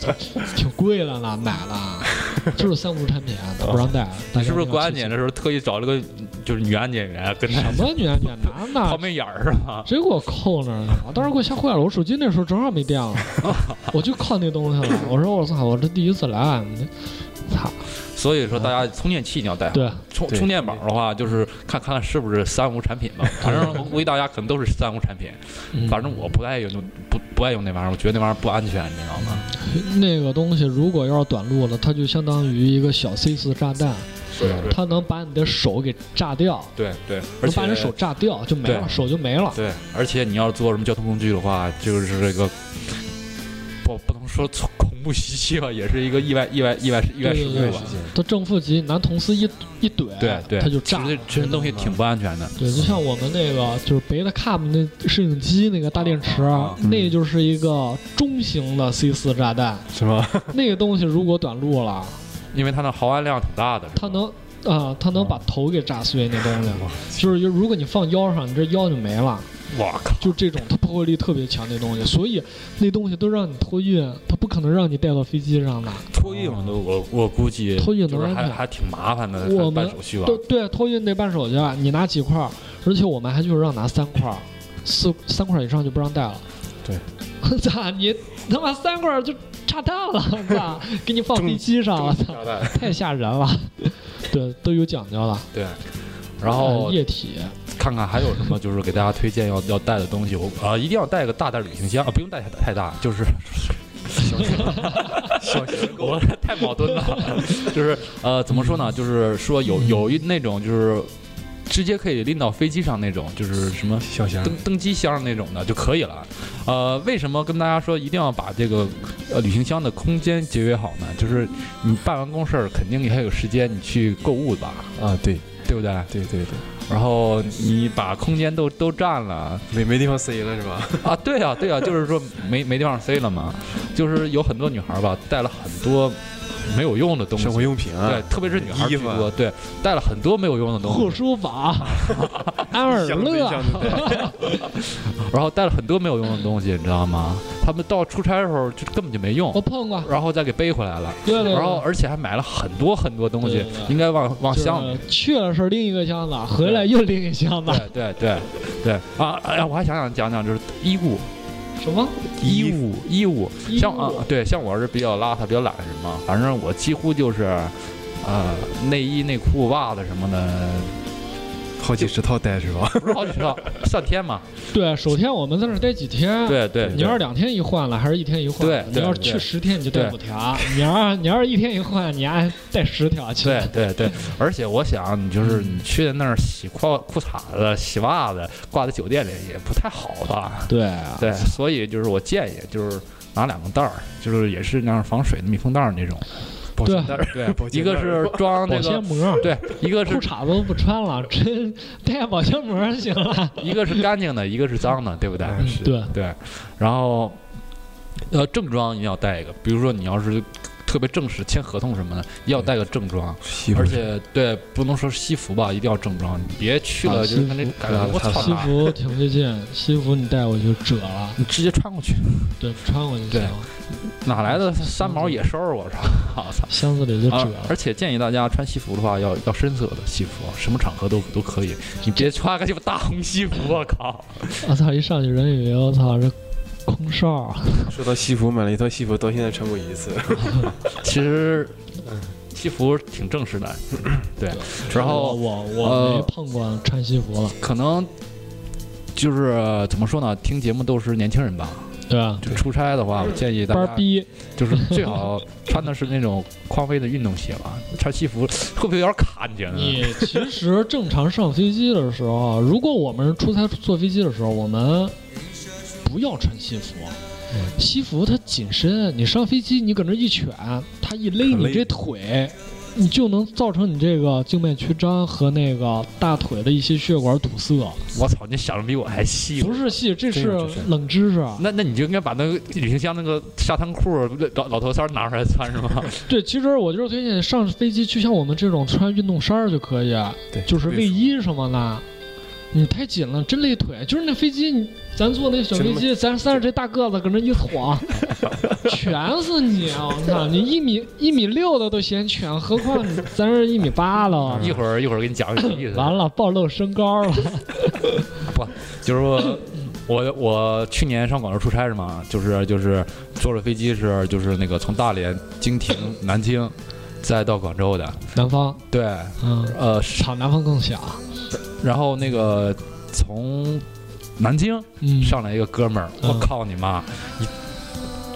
Speaker 1: 挺贵的呢，买了，就是三无产品都不让带。大家
Speaker 3: 你是不是
Speaker 1: 一定要
Speaker 3: 过安
Speaker 1: 记
Speaker 3: 检
Speaker 1: 住
Speaker 3: 的时候特意找了个就是女安检员跟着
Speaker 1: 什么女安检男的
Speaker 3: 抛媚眼儿是吧？
Speaker 1: 直接给我扣那儿了，我当时给我吓坏了。我手机那时候正好没电 了，我就靠那东西了。我说我操，我这第一次来，啊你这操，
Speaker 3: 所以说，大家充电器一定要带好。
Speaker 1: 对，
Speaker 3: 充
Speaker 2: 对
Speaker 3: 充电宝的话，就是看看是不是三无产品 吧。反正我估计大家可能都是三无产品。
Speaker 1: 嗯
Speaker 3: 反正我不爱用，不不爱用那玩意儿，我觉得那玩意儿不安全，你知道吗？
Speaker 1: 那个东西如果要是短路了，它就相当于一个小 C 四炸弹，
Speaker 3: 是
Speaker 1: 它能把你的手给炸掉，
Speaker 3: 对对，而
Speaker 1: 能
Speaker 3: 且
Speaker 1: 把你手炸掉就没了，
Speaker 3: 对
Speaker 1: 手就没了。
Speaker 3: 对，而且你要坐什么交通工具的话，就是这个不不能说从恐怖袭击吧，也是一个意外意外意外意外事
Speaker 1: 对
Speaker 3: 故
Speaker 1: 吧
Speaker 3: 吧
Speaker 2: 时。间
Speaker 1: 它正负极拿铜丝一一怼，
Speaker 3: 对对，
Speaker 1: 它就炸
Speaker 3: 其
Speaker 1: 了
Speaker 3: 实。这东西挺不安全的。
Speaker 1: 对，就像我们那个就是贝塔 cam 那摄影机那个大电池，
Speaker 2: 啊
Speaker 3: 嗯
Speaker 1: 那就是一个中型的 C 四炸弹。
Speaker 2: 是吗？
Speaker 1: 那个东西如果短路了，
Speaker 3: 因为它那毫安量挺大的，是吧
Speaker 1: 它能啊、它能把头给炸碎。那东西
Speaker 2: 我
Speaker 1: 就是，如果你放腰上，你这腰就没了。
Speaker 3: 哇靠，
Speaker 1: 就这种，它破坏力特别强，那东西，所以那东西都让你托运，它不可能让你带到飞机上的。
Speaker 3: 托运我都我我估计
Speaker 1: 托运能
Speaker 3: 就是
Speaker 1: 安
Speaker 3: 还
Speaker 1: 全
Speaker 3: 还挺麻烦的，
Speaker 1: 我
Speaker 3: 还
Speaker 1: 们
Speaker 3: 办手续吧
Speaker 1: 对。对，托运得办手续，你拿几块儿，而且我们还就是让拿三块儿，四三块儿以上就不让带了。
Speaker 2: 对，
Speaker 1: 操你他妈三块儿就炸弹了，操，给你放飞机上了，操，太吓人 了。对，都有讲究了。
Speaker 3: 对，然后
Speaker 1: 呃液体，
Speaker 3: 看看还有什么就是给大家推荐要要带的东西，我啊、一定要带个大袋旅行箱啊，不用带太太大，就是小型，小型，我太矛盾了，就是呃怎么说呢，就是说有有一那种就是直接可以拎到飞机上那种，就是什么。
Speaker 2: 小翔
Speaker 3: 登登机箱那种的就可以了，呃，为什么跟大家说一定要把这个呃旅行箱的空间节约好呢？就是你办完公事儿，肯定你还有时间你去购物吧，
Speaker 2: 啊，对
Speaker 3: 对不对？
Speaker 2: 对对对，
Speaker 3: 然后你把空间都都占了
Speaker 2: 没没地方塞了是吧？
Speaker 3: 啊，对啊，对啊，就是说没没地方塞了嘛，就是有很多女孩吧，带了很多没有用的东 西
Speaker 2: 生，活用品啊
Speaker 3: 对，，特别是女孩
Speaker 2: 衣
Speaker 3: 居
Speaker 2: 服啊
Speaker 3: 多，对，带了很多没有用的
Speaker 1: 护
Speaker 3: 东西，
Speaker 1: 书法，安尔
Speaker 2: 箱子一
Speaker 1: 乐
Speaker 2: 箱，子带，
Speaker 3: 然后带了很多没有用的东西，你知道吗？他们到出差的时候就根本就没用
Speaker 1: 我，碰过。
Speaker 3: 然后再给背回来了，
Speaker 1: 对对对，
Speaker 3: 然后而且还买了很多很多东
Speaker 1: 对
Speaker 3: 西
Speaker 1: 对对，
Speaker 3: 应该往往
Speaker 1: 就是
Speaker 3: 箱里。
Speaker 1: 去了是拎一个箱子，回来又拎一箱子，
Speaker 3: 对对对对啊！哎呀，我还想想讲讲，就是衣物、
Speaker 1: 什么？
Speaker 3: 衣物、衣物，
Speaker 1: 衣
Speaker 3: 像
Speaker 1: 服
Speaker 3: 啊，对，像我是比较邋遢、比较懒什么，反正我几乎就是，呃，内衣、内裤、袜子什么的，
Speaker 2: 好几十套带是吧？
Speaker 3: 不是好几套，上天嘛。
Speaker 1: 对，首先我们在那儿待几天？，
Speaker 3: 对对，对
Speaker 1: 你要是两天一换了，还是一天一换？
Speaker 3: 对
Speaker 1: 你
Speaker 3: 对
Speaker 1: 要是去
Speaker 3: 对
Speaker 1: 十天，你就带
Speaker 3: 对
Speaker 1: 五条；你要是你要是一天一换，你还带十条去。
Speaker 3: 对对对，而且我想，你就是你去那儿洗裤裤衩子、洗袜子，挂在酒店里也不太好吧？
Speaker 1: 对啊，
Speaker 3: 对，所以就是我建议，就是拿两个袋儿，就是也是那样防水的密封袋儿那种，
Speaker 2: 保
Speaker 1: 对
Speaker 2: 险袋儿，
Speaker 3: 对
Speaker 2: 保，险
Speaker 3: 一个
Speaker 2: 袋儿
Speaker 3: 是装这
Speaker 1: 保鲜
Speaker 3: 个，
Speaker 1: 膜，
Speaker 3: 对，一个
Speaker 1: 裤
Speaker 3: 是
Speaker 1: 衩子都不穿了，真带保鲜膜儿行了。
Speaker 3: 一个是干净的，一个是脏的，对不对？
Speaker 2: 嗯是
Speaker 1: 对，
Speaker 3: 对，然后呃正装一定要带一个，比如说你要是特别正式签合同什么的，也要带个正装。
Speaker 2: 西服
Speaker 3: 而且对，不能说西服吧，一定要正装，你别去
Speaker 1: 啊
Speaker 3: 了就是
Speaker 1: 西
Speaker 3: 跟那
Speaker 1: 服
Speaker 3: 感觉我操
Speaker 1: 西
Speaker 3: 哪儿，
Speaker 1: 服挺费劲，西服你带过去褶了，
Speaker 3: 你直接穿过去，
Speaker 1: 对，穿过去就
Speaker 3: 对
Speaker 1: 行。
Speaker 3: 哪来的三毛野兽啊？我操，我操！
Speaker 1: 箱子里就
Speaker 3: 啊
Speaker 1: 褶了。
Speaker 3: 而且建议大家穿西服的话，要要深色的西服，啊什么场合都都可以，你别穿个鸡巴大红西服，我靠！
Speaker 1: 我操！一上去人以为我操这空少儿，
Speaker 2: 说到西服，买了一套西服，到现在穿过一 次。
Speaker 3: 其实嗯西服挺正式的，对，然后
Speaker 1: 我我
Speaker 3: 呃
Speaker 1: 我没碰过穿西服了，
Speaker 3: 可能就是怎么说呢？听节目都是年轻人吧，
Speaker 1: 对吧？
Speaker 3: 就出差的话，我建议大
Speaker 1: 班
Speaker 3: 家
Speaker 1: 儿逼，
Speaker 3: 就是最好穿的是那种匡威的运动鞋吧，穿西服会不会有点卡？你觉得呢？
Speaker 1: 你其实正常上飞机的时候，啊如果我们出差坐飞机的时候，我们不要穿西服。啊西服它紧身，你上飞机你搁那一卷，它一勒
Speaker 2: 很
Speaker 1: 你
Speaker 2: 勒
Speaker 1: 这腿，你就能造成你这个静脉曲张和那个大腿的一些血管堵塞。
Speaker 3: 我操，你想的比我还细。
Speaker 1: 不是戏，这
Speaker 2: 这
Speaker 1: 是
Speaker 2: 个就是
Speaker 1: 冷知识。啊
Speaker 3: 那那你就应该把那个旅行箱那个沙滩裤老老头衫拿出来穿是吗？
Speaker 1: 对，其实我就是推荐上飞机就像我们这种穿运动衫儿就可以，啊
Speaker 2: 对，
Speaker 1: 就是卫
Speaker 2: 为
Speaker 1: 衣什么的。你太紧了，真累腿。就是那飞机，你咱坐那小飞机，咱三十这大个子搁那一 晃，全是你啊！我操，你一米一米六的都嫌全，何况你咱是一米八了。
Speaker 3: 一会儿一会儿给你讲什么意思。
Speaker 1: 啊完了，暴露身高了。
Speaker 3: 就是说，我我去年上广州出差是吗？就是就是坐着飞机是就是那个从大连经停南京，再到广州的。
Speaker 1: 南方，
Speaker 3: 对，
Speaker 1: 嗯，
Speaker 3: 呃，
Speaker 1: 操，南方更小。
Speaker 3: 然后那个从南京
Speaker 1: 嗯，
Speaker 3: 上来一个哥们儿，
Speaker 1: 嗯
Speaker 3: 我靠你妈，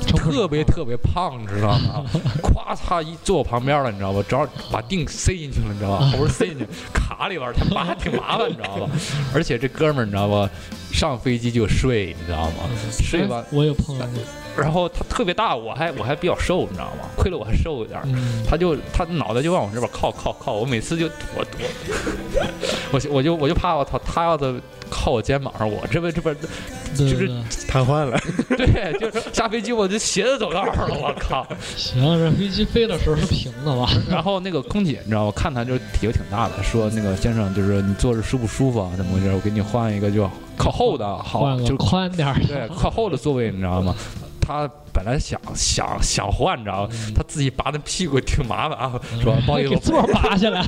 Speaker 1: 成本
Speaker 3: 特别
Speaker 1: 高
Speaker 3: 特别胖，你知道 吗？咵，他一坐我旁边了，你知道吧？正好把腚塞进去了，你知道
Speaker 1: 啊
Speaker 3: 吧？猴儿塞进去，卡里边儿，他妈挺麻烦，你知 道吧？而且这哥们儿，你知道吧？上飞机就睡，你知道吗？睡完
Speaker 1: 哎，我也碰上过。
Speaker 3: 然后他特别大，我还我还比较瘦，你知道吗？亏了我还瘦一点儿。
Speaker 1: 嗯，
Speaker 3: 他就他脑袋就往我这边靠靠靠，我每次就躲躲，我 就我就我就怕我操，他要是靠我肩膀上，我这边这边
Speaker 1: 对
Speaker 3: 就是
Speaker 1: 对对
Speaker 2: 瘫痪了，
Speaker 3: 对，就是下飞机我就斜着走道儿了，我靠！
Speaker 1: 行，这飞机飞的时候是平的吧？
Speaker 3: 然后那个空姐，你知道，我看她就是体格挺大的，说那个先生，就是你坐着舒不舒服啊？怎么回事？我给你换一个就靠后的，好，
Speaker 1: 换
Speaker 3: 就
Speaker 1: 个宽点儿的。
Speaker 3: 对靠后的座位，你知道吗？她本来想想想换，你知道吗？
Speaker 1: 嗯
Speaker 3: 她自己拔那屁股挺麻烦啊，说不好意思，
Speaker 1: 给
Speaker 3: 我
Speaker 1: 座儿拔下来 了，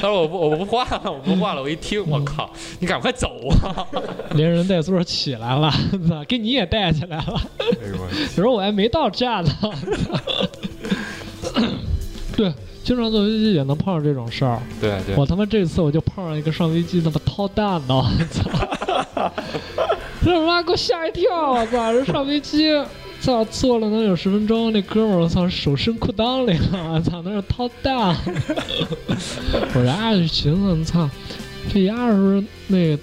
Speaker 3: 她说我不我不换了，我不换了。我一听，我靠，你赶快走啊！
Speaker 1: 连人带座儿起来了， 操，给你也带起来了。
Speaker 2: 哎呦我
Speaker 1: 你说我还没到站呢。对，经常坐飞机也能碰上这种事儿。
Speaker 3: 对对，
Speaker 1: 我他妈这次我就碰上一个上飞机他妈掏蛋的，我操！这他妈给我吓一跳，我操！这上飞机，操，坐了能有十分钟，那哥们儿我操手伸裤裆里了，我操，那是掏蛋。我这就寻思，操，这丫是不是那个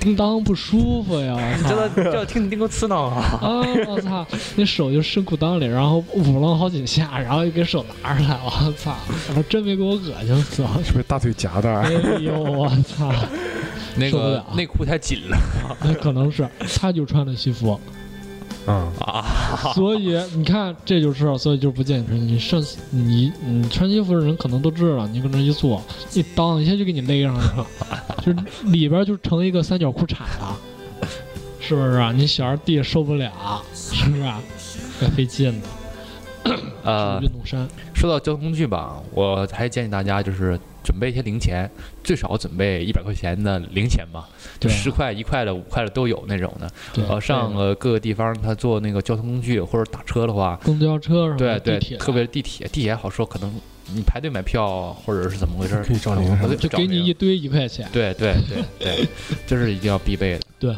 Speaker 1: 叮当不舒服呀？我操！
Speaker 3: 这听你叮个刺挠啊！
Speaker 1: 啊！我操，那手就伸裤裆里，然后捂了好几下，然后就给手拿出来，我操！我真没给我恶心死，
Speaker 2: 是不是大腿夹啊带
Speaker 1: 哎
Speaker 2: 儿？
Speaker 1: 呦我操！
Speaker 3: 那
Speaker 1: 受不
Speaker 3: 个
Speaker 1: 了
Speaker 3: 内裤太紧了
Speaker 1: 那可能是他就穿的西 服，
Speaker 2: 嗯，
Speaker 3: 啊！
Speaker 1: 所以你看这就是，所以就不建议穿西服。你上你你穿西服的人可能都知道，你搁那一坐，一裆一下就给你勒上了，就是里边就成一个三角裤衩了，是不是啊？你小孩弟受不了，是不是、啊？怪费劲的，
Speaker 3: 呃，
Speaker 1: 运动衫，
Speaker 3: 说到交通工具吧，我还建议大家就是准备一些零钱，最少准备一百块钱的零钱吧，就
Speaker 1: 对啊
Speaker 3: 十块、一块的、五块的都有那种的。
Speaker 1: 对，啊
Speaker 3: 呃，上
Speaker 1: 对
Speaker 3: 呃各个地方，他坐那个交通工具或者打车的话，
Speaker 1: 公交车上
Speaker 3: 对
Speaker 1: 嗯地
Speaker 3: 对
Speaker 1: 铁，，
Speaker 3: 特别是地铁，地铁好说，可能你排队买票啊或者是怎么回事儿，
Speaker 2: 可以找零
Speaker 3: 我
Speaker 2: 食，
Speaker 1: 就
Speaker 3: 找
Speaker 1: 给你
Speaker 3: 零
Speaker 1: 一堆一块钱，
Speaker 3: 对对对对， 这是一定要必备的。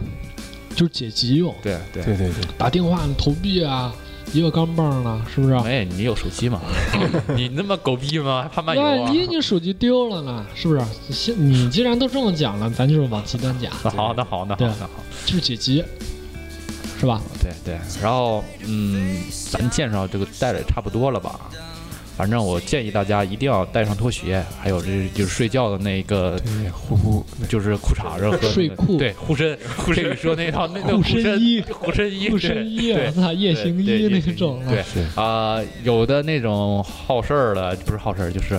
Speaker 1: 就是解急用，
Speaker 3: 对对，
Speaker 2: 对对对，
Speaker 1: 打电话你投币啊，一个钢镚儿呢，是不是啊？
Speaker 3: 哎，你有手机 吗？你那么狗逼吗？还怕漫游啊
Speaker 1: 万？一你手机丢了呢？是不是？现你既然都这么讲了，咱就是往极端讲，
Speaker 3: 那好，那好，那好，
Speaker 1: 对
Speaker 3: 那好。
Speaker 1: 就是解急，是吧？
Speaker 3: 对对，然后嗯，咱介绍这个带的也差不多了吧？反正我建议大家一定要带上拖鞋，还有这就是睡觉的那个
Speaker 2: 对，呼呼，
Speaker 3: 就是裤衩啊子和那个
Speaker 1: 睡裤
Speaker 3: 对护身，护身宇说那套那个
Speaker 1: 护身
Speaker 3: 身
Speaker 1: 衣
Speaker 3: 护身衣，
Speaker 1: 护身衣，啊
Speaker 3: 对
Speaker 1: 我操，夜
Speaker 3: 对
Speaker 1: 行
Speaker 3: 对
Speaker 1: 衣
Speaker 3: 夜
Speaker 1: 那
Speaker 3: 行衣
Speaker 1: 种啊，
Speaker 3: 对
Speaker 2: 是
Speaker 3: 啊、有的那种好事儿的，不是好事儿，就是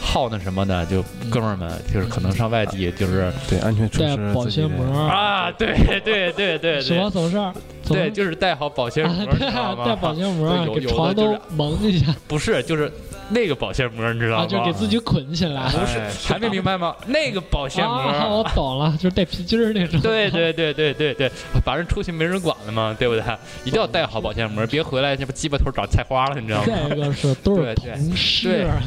Speaker 3: 好那什么的，就哥们儿们，就是可能上外地，就是
Speaker 2: 对安全措
Speaker 1: 带
Speaker 2: 施，
Speaker 1: 保
Speaker 2: 自己
Speaker 1: 鲜
Speaker 2: 的
Speaker 1: 膜儿，
Speaker 3: 啊，对对对对
Speaker 1: 什么
Speaker 3: 对，
Speaker 1: 走事儿？走
Speaker 3: 对，就是带好保鲜
Speaker 1: 啊
Speaker 3: 膜，，你
Speaker 1: 对
Speaker 3: 知道
Speaker 1: 啊，
Speaker 3: 吗？
Speaker 1: 带保鲜膜儿，
Speaker 3: 对有
Speaker 1: 给
Speaker 3: 有的
Speaker 1: 床
Speaker 3: 就
Speaker 1: 都
Speaker 3: 是
Speaker 1: 蒙一下，
Speaker 3: 不是，就是那个保鲜膜，你知道吗？
Speaker 1: 啊，就给自己捆起来。
Speaker 3: 不是，还没明白吗？那个保鲜膜。
Speaker 1: 啊，我懂了，就是带皮筋儿那种。
Speaker 3: 对对对对对对，反正出去没人管了嘛，对不对？一定要带好保鲜膜，别回来这不鸡巴头长菜花了，你知道吗？
Speaker 1: 再一个是都是
Speaker 3: 对对
Speaker 1: 同事啊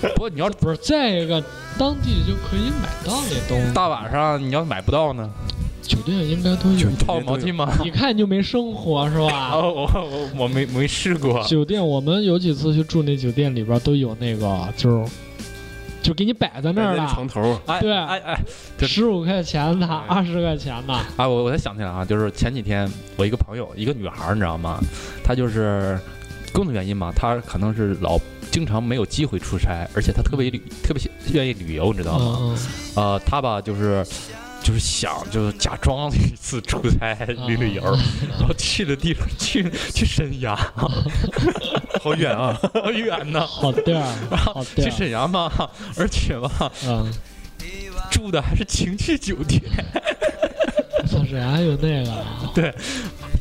Speaker 3: 对，不过你要
Speaker 1: 不是再一个当地就可以买到那东西，
Speaker 3: 大晚上你要买不到呢，
Speaker 1: 酒店应该都有
Speaker 2: 酒。
Speaker 3: 泡毛巾吗？
Speaker 1: 你看你就没生活是吧？
Speaker 3: 哦，我我我没没试过。
Speaker 1: 酒店我们有几次去住那酒店里边都有那个，就是就给你摆在那儿啊
Speaker 2: 摆在
Speaker 1: 了
Speaker 2: 床，头，
Speaker 3: 哎
Speaker 1: 对
Speaker 3: 哎哎这
Speaker 1: 十五块钱的，
Speaker 3: 哎
Speaker 1: 二十块钱的，
Speaker 3: 哎，我我才想起来啊，就是前几天我一个朋友，一个女孩儿，你知道吗？她就是工作原因嘛，她可能是老经常没有机会出差，而且她特别旅特别喜愿意旅游，你知道吗？
Speaker 1: 嗯
Speaker 3: 呃，他吧就是就是想就是假装一次出差旅旅游，然后去的地方去去沈阳，
Speaker 2: 好远啊！
Speaker 3: 好远呢
Speaker 1: 嗯，。好地儿，好地
Speaker 3: 去
Speaker 1: 儿，
Speaker 3: 沈阳吧，而且吧，
Speaker 1: 嗯，
Speaker 3: 住的还是情趣酒店，
Speaker 1: 操，沈阳还有那个，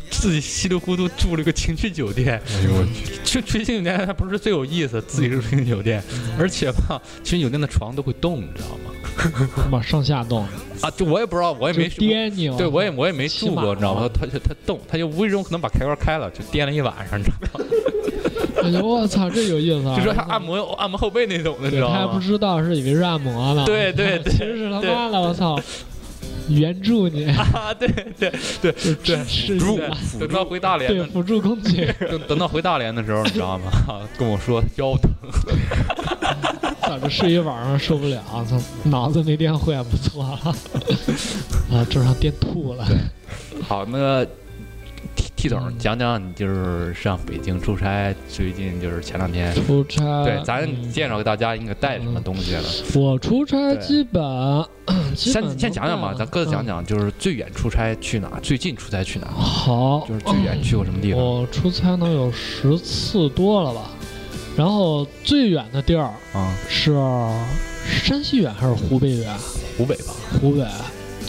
Speaker 3: 自己稀里糊涂住了个情趣酒店。
Speaker 2: 哎呦我去，
Speaker 3: 去去情酒店还不是最有意思，自己住情趣酒店，而且吧，情趣酒店的床都会动，你知道吗？
Speaker 1: 往上下动，
Speaker 3: 啊，就我也不知道，我也
Speaker 1: 就
Speaker 3: 没
Speaker 1: 颠你，
Speaker 3: 对，我也我也没住过，你知道吗
Speaker 1: 骑？
Speaker 3: 他就他动，他就无意中可能把开关开了，就颠了一晚上，你知道吗？
Speaker 1: 哎呦我操，这有意思啊！
Speaker 3: 就说像按摩按摩后背那种的，你
Speaker 1: 对
Speaker 3: 知道
Speaker 1: 他还不
Speaker 3: 吗？
Speaker 1: 知道是以为是按摩呢，
Speaker 3: 对对对
Speaker 1: 其实是他
Speaker 3: 对
Speaker 1: 妈的，我操，援助 你，
Speaker 3: 啊，对对对
Speaker 1: 就支持你啊，
Speaker 3: 对，等到回大连
Speaker 1: 对
Speaker 3: 的，
Speaker 1: 辅助工具，
Speaker 3: 等等到回大连的时候，你知道吗？跟我说腰疼，
Speaker 1: 早就睡一晚上受不了，操，脑子没电坏不错了，啊，这让电吐了，
Speaker 3: 好，那个 T T
Speaker 1: 嗯
Speaker 3: 总讲讲你就是上北京出差，最近就是前两天，
Speaker 1: 出差，
Speaker 3: 对，咱
Speaker 1: 嗯
Speaker 3: 介绍给大家应该带什么东西了？
Speaker 1: 我出差
Speaker 3: 对
Speaker 1: 基本，基
Speaker 3: 先
Speaker 1: 本
Speaker 3: 先
Speaker 1: 能
Speaker 3: 讲讲吧，
Speaker 1: 干
Speaker 3: 咱各自讲
Speaker 1: 嗯
Speaker 3: 讲，就是最远出差去哪，最近出差去哪，
Speaker 1: 好，哦
Speaker 3: 就是最远去过什么地方
Speaker 1: 我出差能有十次多了吧，然后最远的地儿
Speaker 3: 啊？
Speaker 1: 是山西远还是湖北远？
Speaker 3: 湖北吧，
Speaker 1: 湖北，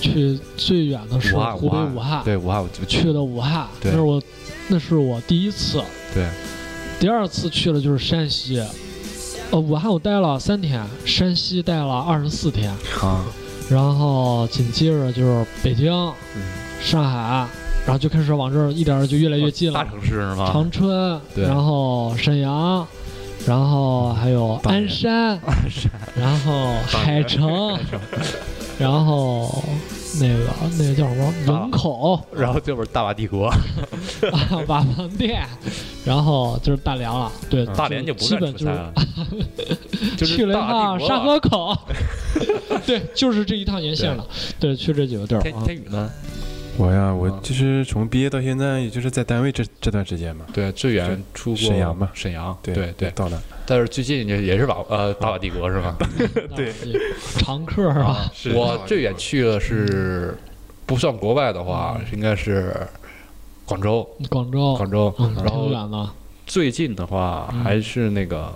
Speaker 1: 去最远的是
Speaker 3: 武汉，
Speaker 1: 湖北武汉，
Speaker 3: 对，武汉我就
Speaker 1: 啊去的武汉，
Speaker 3: 对
Speaker 1: 那是我那是我第一次，
Speaker 3: 对，
Speaker 1: 第二次去了就是山西，呃，武汉我待了三天，山西待了二十四天，
Speaker 3: 啊，
Speaker 1: 然后紧接着就是北京、
Speaker 2: 嗯
Speaker 1: 上海，然后就开始往这儿一点儿就越哎来越近了
Speaker 3: 哦大，城市啊是吗？
Speaker 1: 长春，
Speaker 3: 对
Speaker 1: 然后沈阳，然后还有
Speaker 3: 大
Speaker 1: 鞍
Speaker 3: 连
Speaker 1: 山，然后海城，然后那个那个叫什么营口
Speaker 3: 哦然后这边大瓦帝国，
Speaker 1: 啊， 瓦房店，然后就是大连了。对，
Speaker 3: 嗯大连就不
Speaker 1: 嗯基
Speaker 3: 算
Speaker 1: 本
Speaker 3: 出
Speaker 1: 就
Speaker 3: 差
Speaker 1: 是
Speaker 3: 了，
Speaker 1: 去了一趟沙河
Speaker 3: 河。
Speaker 1: 口，对，就是这一趟沿线了。对，去这几个地儿
Speaker 3: 天
Speaker 1: 啊。
Speaker 3: 天宇呢？
Speaker 2: 嗯我呀，我
Speaker 3: 啊
Speaker 2: 就是从毕业到现在，也就是在单位这这段时间嘛。
Speaker 3: 对，最远出过
Speaker 2: 沈阳吧
Speaker 3: 沈阳，
Speaker 2: 对
Speaker 3: 对对。
Speaker 2: 到了。
Speaker 3: 但是最近也也是瓦呃大瓦帝国是吧？
Speaker 2: 对
Speaker 1: 常客啊，
Speaker 2: 是
Speaker 3: 我最远去了是不算国外的话，应该是广州，
Speaker 1: 广州，
Speaker 3: 广州。
Speaker 1: 嗯，
Speaker 3: 然
Speaker 1: 挺
Speaker 3: 后
Speaker 1: 远的。
Speaker 3: 最近的话
Speaker 1: 嗯
Speaker 3: 还是那个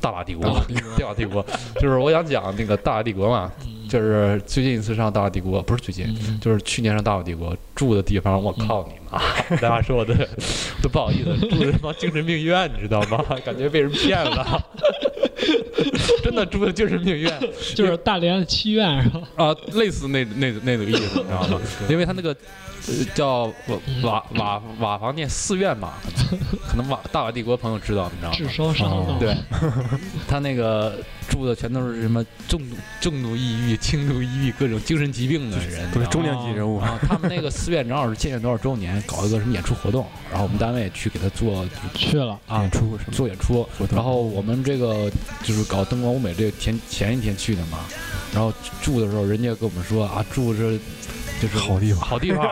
Speaker 3: 大瓦帝国
Speaker 1: 大瓦，
Speaker 3: 大瓦帝国。就是我想讲那个大瓦帝国嘛，
Speaker 1: 嗯
Speaker 3: 就是最近一次上大瓦帝国，不是最近，
Speaker 1: 嗯
Speaker 3: 就是去年上大瓦帝国住的地方，我靠你妈！ 大家说我的都不好意思，住的他妈精神病院，你知道吗？ 感觉被人骗了， 真的住的精神病院
Speaker 1: 就是大连的七院是吧？
Speaker 3: 啊，类似那那那个意思，你知 道吗？因为他那个。呃叫瓦瓦瓦瓦房店寺院吧，可能瓦大瓦帝国朋友知道，你知道吗？
Speaker 1: 智商上
Speaker 2: 哦
Speaker 1: 了。
Speaker 3: 啊对，他那个住的全都是什么重度重度抑郁、轻度抑郁、各种精神疾病的人，
Speaker 2: 都是
Speaker 3: 你知道吗
Speaker 2: 重量级人物，
Speaker 3: 啊，他们那个寺院正好是建院多少周年，搞一个什么演出活动，然后我们单位去给他做
Speaker 1: 去了。
Speaker 3: 啊
Speaker 2: 演出什么
Speaker 3: 做演出，
Speaker 2: 活动，
Speaker 3: 然后我们这个就是搞灯光舞美这个前前一天去的嘛，然后住的时候人家跟我们说啊，住这就是
Speaker 2: 好地方，
Speaker 3: 好地方，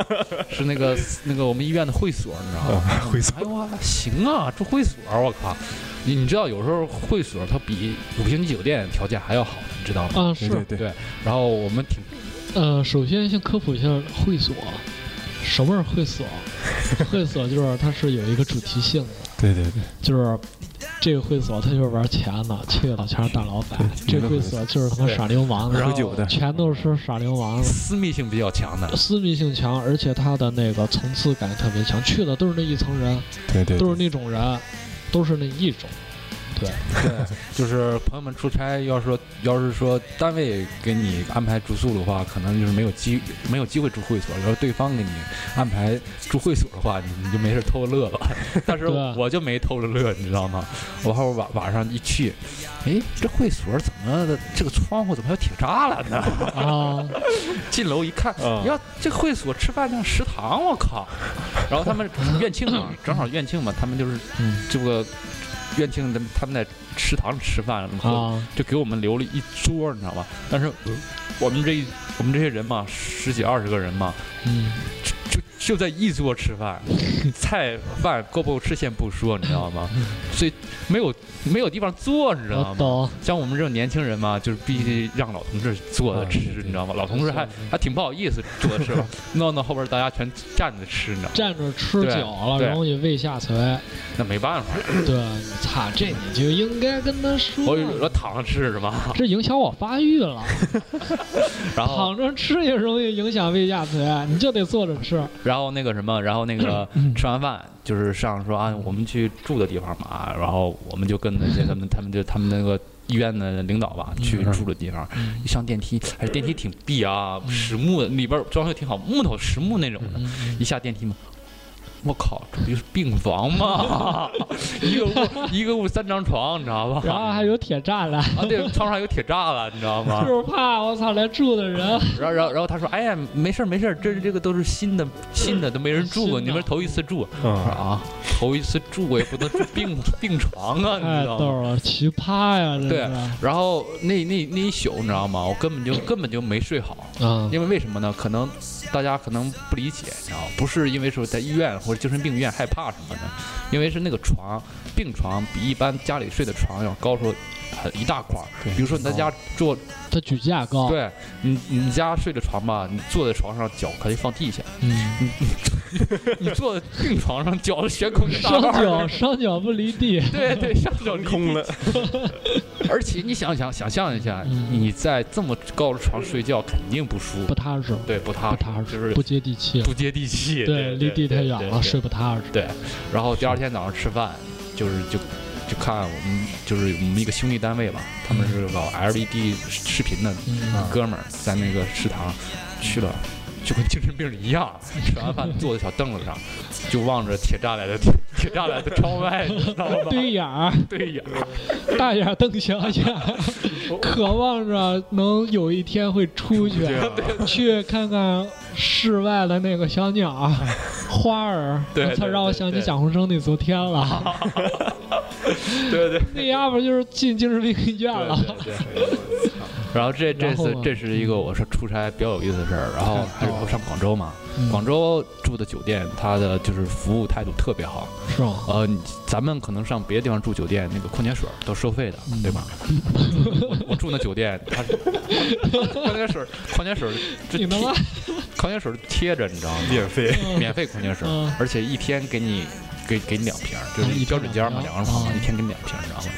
Speaker 3: 是那个那个我们医院的会所，你知道吗？
Speaker 2: 啊，会所
Speaker 3: 哎呦，行啊，住会所，我靠！你你知道有时候会所它比五星级酒店条件还要好，你知道吗？
Speaker 1: 啊，是，
Speaker 2: 对对对，
Speaker 3: 对，然后我们挺
Speaker 1: 呃，首先先科普一下会所，什么是会所？会所就是它是有一个主题性的，
Speaker 2: 对对对，
Speaker 1: 就是这个会所它就是玩钱的，去老全是大老板，
Speaker 2: 对
Speaker 1: 这个会所就是他妈耍流氓的
Speaker 3: 然，
Speaker 2: 喝
Speaker 3: 后
Speaker 2: 酒的，
Speaker 1: 全都是耍流氓的。
Speaker 3: 私密性比较强的，
Speaker 1: 私密性强，而且它的那个层次感特别强，去的都是那一层人，
Speaker 2: 对对，
Speaker 1: 都
Speaker 2: 对
Speaker 1: 是那种人，都是那一种。
Speaker 3: 就是朋友们出差，要是说要是说单位给你安排住宿的话，可能就是没有机没有机会住会所；要是对方给你安排住会所的话，你你就没事 偷乐了。但是
Speaker 1: 对啊
Speaker 3: 我就没偷着乐，你知道吗？我后晚晚上一去，哎，这会所怎么的这个窗户怎么有铁栅栏呢？
Speaker 1: 啊，
Speaker 3: 进楼一看，哎
Speaker 2: 嗯
Speaker 3: 呀，这会所吃饭像食堂，我靠！然后他们院庆嘛，正好院庆嘛，他们就是
Speaker 1: 嗯
Speaker 3: 这个院庆，他们他们在食堂吃饭
Speaker 1: 啊，
Speaker 3: 就给我们留了一桌，你知道吧？但是我们这一我们这些人嘛，十几二十个人嘛，
Speaker 1: 嗯，
Speaker 3: 就就就在一桌吃饭， 菜饭够不够吃先不说，你知 道吗？所以没有没有地方坐，你知道
Speaker 1: 我
Speaker 3: 吗？
Speaker 1: 啊懂。
Speaker 3: 像我们这种年轻人嘛，就是必须让老同志坐着吃，
Speaker 2: 啊对对
Speaker 3: 你知道吗？老同志还
Speaker 1: 是是
Speaker 3: 还挺不好意思坐着吃， 闹到后边大家全站着吃，你知道吗？
Speaker 1: 站着吃
Speaker 3: 对
Speaker 1: 久了，
Speaker 3: 对
Speaker 1: 容易胃下 垂。
Speaker 3: 那没办法，
Speaker 1: 对，操，这你就应该跟他
Speaker 3: 我
Speaker 1: 说，
Speaker 3: 我躺着吃是吧？
Speaker 1: 这影响我发育了。
Speaker 3: 然后
Speaker 1: 躺着吃也容易影响胃下垂，你就得坐着吃。
Speaker 3: 然后那个什么，然后那个
Speaker 2: 嗯
Speaker 3: 吃完饭就是上说啊，我们去住的地方嘛，啊然后我们就跟那些他们他们就他们那个医院的领导吧去
Speaker 1: 嗯
Speaker 3: 住的地方，一上电梯，哎，电梯挺闭啊，实木的里边装修挺好，木头实木那种
Speaker 1: 嗯
Speaker 3: 的，一下电梯嘛。我靠，这不就是病房吗？ 一个屋一个屋三张床，你知道吧？
Speaker 1: 然后还有铁栅栏，
Speaker 3: 啊，对，床上有铁栅栏，你知道吗？
Speaker 1: 就是怕我操来住的 人。
Speaker 3: 然后，然后，然后他说：“哎呀，没事儿，没事儿，这这个都是新的，新的都没人住过，
Speaker 1: 新的
Speaker 3: 你们是头一次住。”我说
Speaker 2: 嗯，
Speaker 3: 啊，头一次住我也不能住病病床啊，你
Speaker 1: 太
Speaker 3: 知
Speaker 1: 哎
Speaker 3: 道吗？
Speaker 1: 逗了，奇葩呀，这
Speaker 3: 对啊
Speaker 1: 是。
Speaker 3: 然后那那那一宿你知道吗？我根本就根本就没睡好，
Speaker 1: 啊，
Speaker 3: 因为为什么呢？可能大家可能不理解，你知道吗？不是因为说在医院或者精神病院害怕什么的，因为是那个床病床比一般家里睡的床要高出很一大块儿。
Speaker 2: 对
Speaker 3: 比如说你在家坐，
Speaker 1: 他举架高，
Speaker 3: 对你你家睡的床吧，你坐在床上脚可以放地下，
Speaker 1: 嗯，
Speaker 3: 你坐在病床上脚悬空一大
Speaker 1: 双
Speaker 3: 半儿。
Speaker 1: 脚双脚不离地，
Speaker 3: 对对，上脚离地
Speaker 2: 空了，
Speaker 3: 而且你想想想象一下，
Speaker 1: 嗯
Speaker 3: 你在这么高的床睡觉，肯定不舒
Speaker 1: 不
Speaker 3: 服，
Speaker 1: 踏实，
Speaker 3: 对，不踏
Speaker 1: 不
Speaker 3: 实，
Speaker 1: 踏实，
Speaker 3: 啊就是
Speaker 1: 不接地气，
Speaker 3: 不接地气，
Speaker 1: 对，离地太远了，睡。不踏实。
Speaker 3: 对对对然后第二天早上吃饭，就是就就看我们就是我们一个兄弟单位吧，他们是搞 LED 视频的啊
Speaker 1: 嗯，
Speaker 3: 哥们儿，在那个食堂去了。就跟精神病一样，吃完饭坐在小凳子上，就望着铁栅栏的铁铁栅栏的窗外，你知道吗？
Speaker 1: 对眼儿，
Speaker 3: 对呀，
Speaker 1: 大眼瞪小眼儿， 渴望着能有一天会出去，
Speaker 3: 啊
Speaker 1: 去看看室外的那个小鸟儿、花儿。
Speaker 3: 哎对
Speaker 1: 我操，
Speaker 3: 对
Speaker 1: 让我
Speaker 3: 对
Speaker 1: 想起
Speaker 3: 对
Speaker 1: 蒋洪生那昨天了，
Speaker 3: 对对，
Speaker 1: 那丫们儿就是进精神病医院了。
Speaker 3: 对对对。哦 然后这这
Speaker 1: 然后
Speaker 3: 次
Speaker 1: 呢嗯
Speaker 3: 这是一个我是出差比较有意思的事儿，然后还是我上广州嘛，广州住的酒店，它的就是服务态度特别好。
Speaker 1: 是吗？
Speaker 3: 呃，你咱们可能上别的地方住酒店，那个矿泉水儿都收费的，
Speaker 1: 嗯
Speaker 3: 对吧？ 我我住那酒店，它 是矿泉水儿，矿泉水儿这
Speaker 1: 你他妈
Speaker 3: 矿泉水儿贴着，你知道 吗？
Speaker 2: 免费，
Speaker 3: 免费矿泉水
Speaker 1: 嗯，
Speaker 3: 而且一天给你给给你两瓶儿，就
Speaker 1: 啊一
Speaker 3: 是
Speaker 1: 天
Speaker 3: 标准间儿嘛，
Speaker 1: 两瓶儿
Speaker 3: 两个人房嘛，
Speaker 1: 啊
Speaker 3: 一天给你两瓶儿，你知道吗？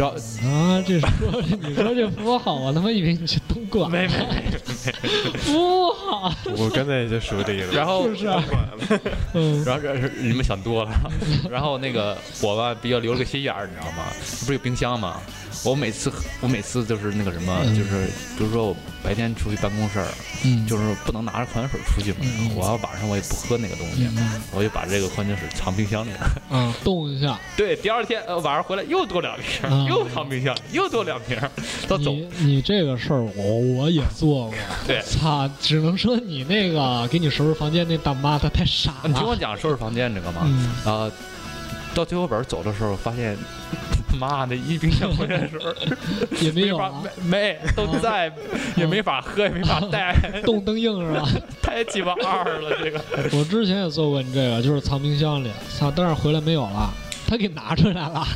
Speaker 3: 要
Speaker 1: 啊！这说 你说这服务好，我他妈以为你去东莞。
Speaker 3: 没没没，
Speaker 1: 服务好，
Speaker 2: 我刚才也在说这个了，
Speaker 3: 然后
Speaker 1: 是不是？ 嗯，
Speaker 3: 然后然后你们想多了， 然后那个我吧比较留了个心眼儿，你知道吗？不是有冰箱吗？我每次我每次就是那个什么，
Speaker 1: 嗯
Speaker 3: 就是比如说我白天出去办公室儿，
Speaker 1: 嗯
Speaker 3: 就是不能拿着矿泉水出去嘛
Speaker 1: 嗯，嗯
Speaker 3: 我要晚上我也不喝那个东西，
Speaker 1: 嗯
Speaker 3: 我就把这个矿泉水藏冰箱里了。
Speaker 1: 嗯，动一下。
Speaker 3: 对，第二天呃晚上回来又多两瓶
Speaker 1: 嗯
Speaker 3: 儿，又藏冰箱里，又多两 瓶儿，到走
Speaker 1: 你你这个事儿，我我也做过。
Speaker 3: 对
Speaker 1: 操，只能说你那个给你收拾房间那大妈她太傻
Speaker 3: 你听我
Speaker 1: 了。
Speaker 3: 讲收拾房间这个嘛，
Speaker 1: 嗯，
Speaker 3: 啊，到最后边儿走的时候发现， 妈的一冰箱矿泉水儿。
Speaker 1: 也没有
Speaker 3: 法
Speaker 1: 啊，嗯
Speaker 3: 没 没都在，也没法喝，也没法带，
Speaker 1: 动灯硬是吧？
Speaker 3: 太鸡巴二了这个。
Speaker 1: 我之前也做过你这个，就是藏冰箱里，操，但是回来没有了，他给拿出来了，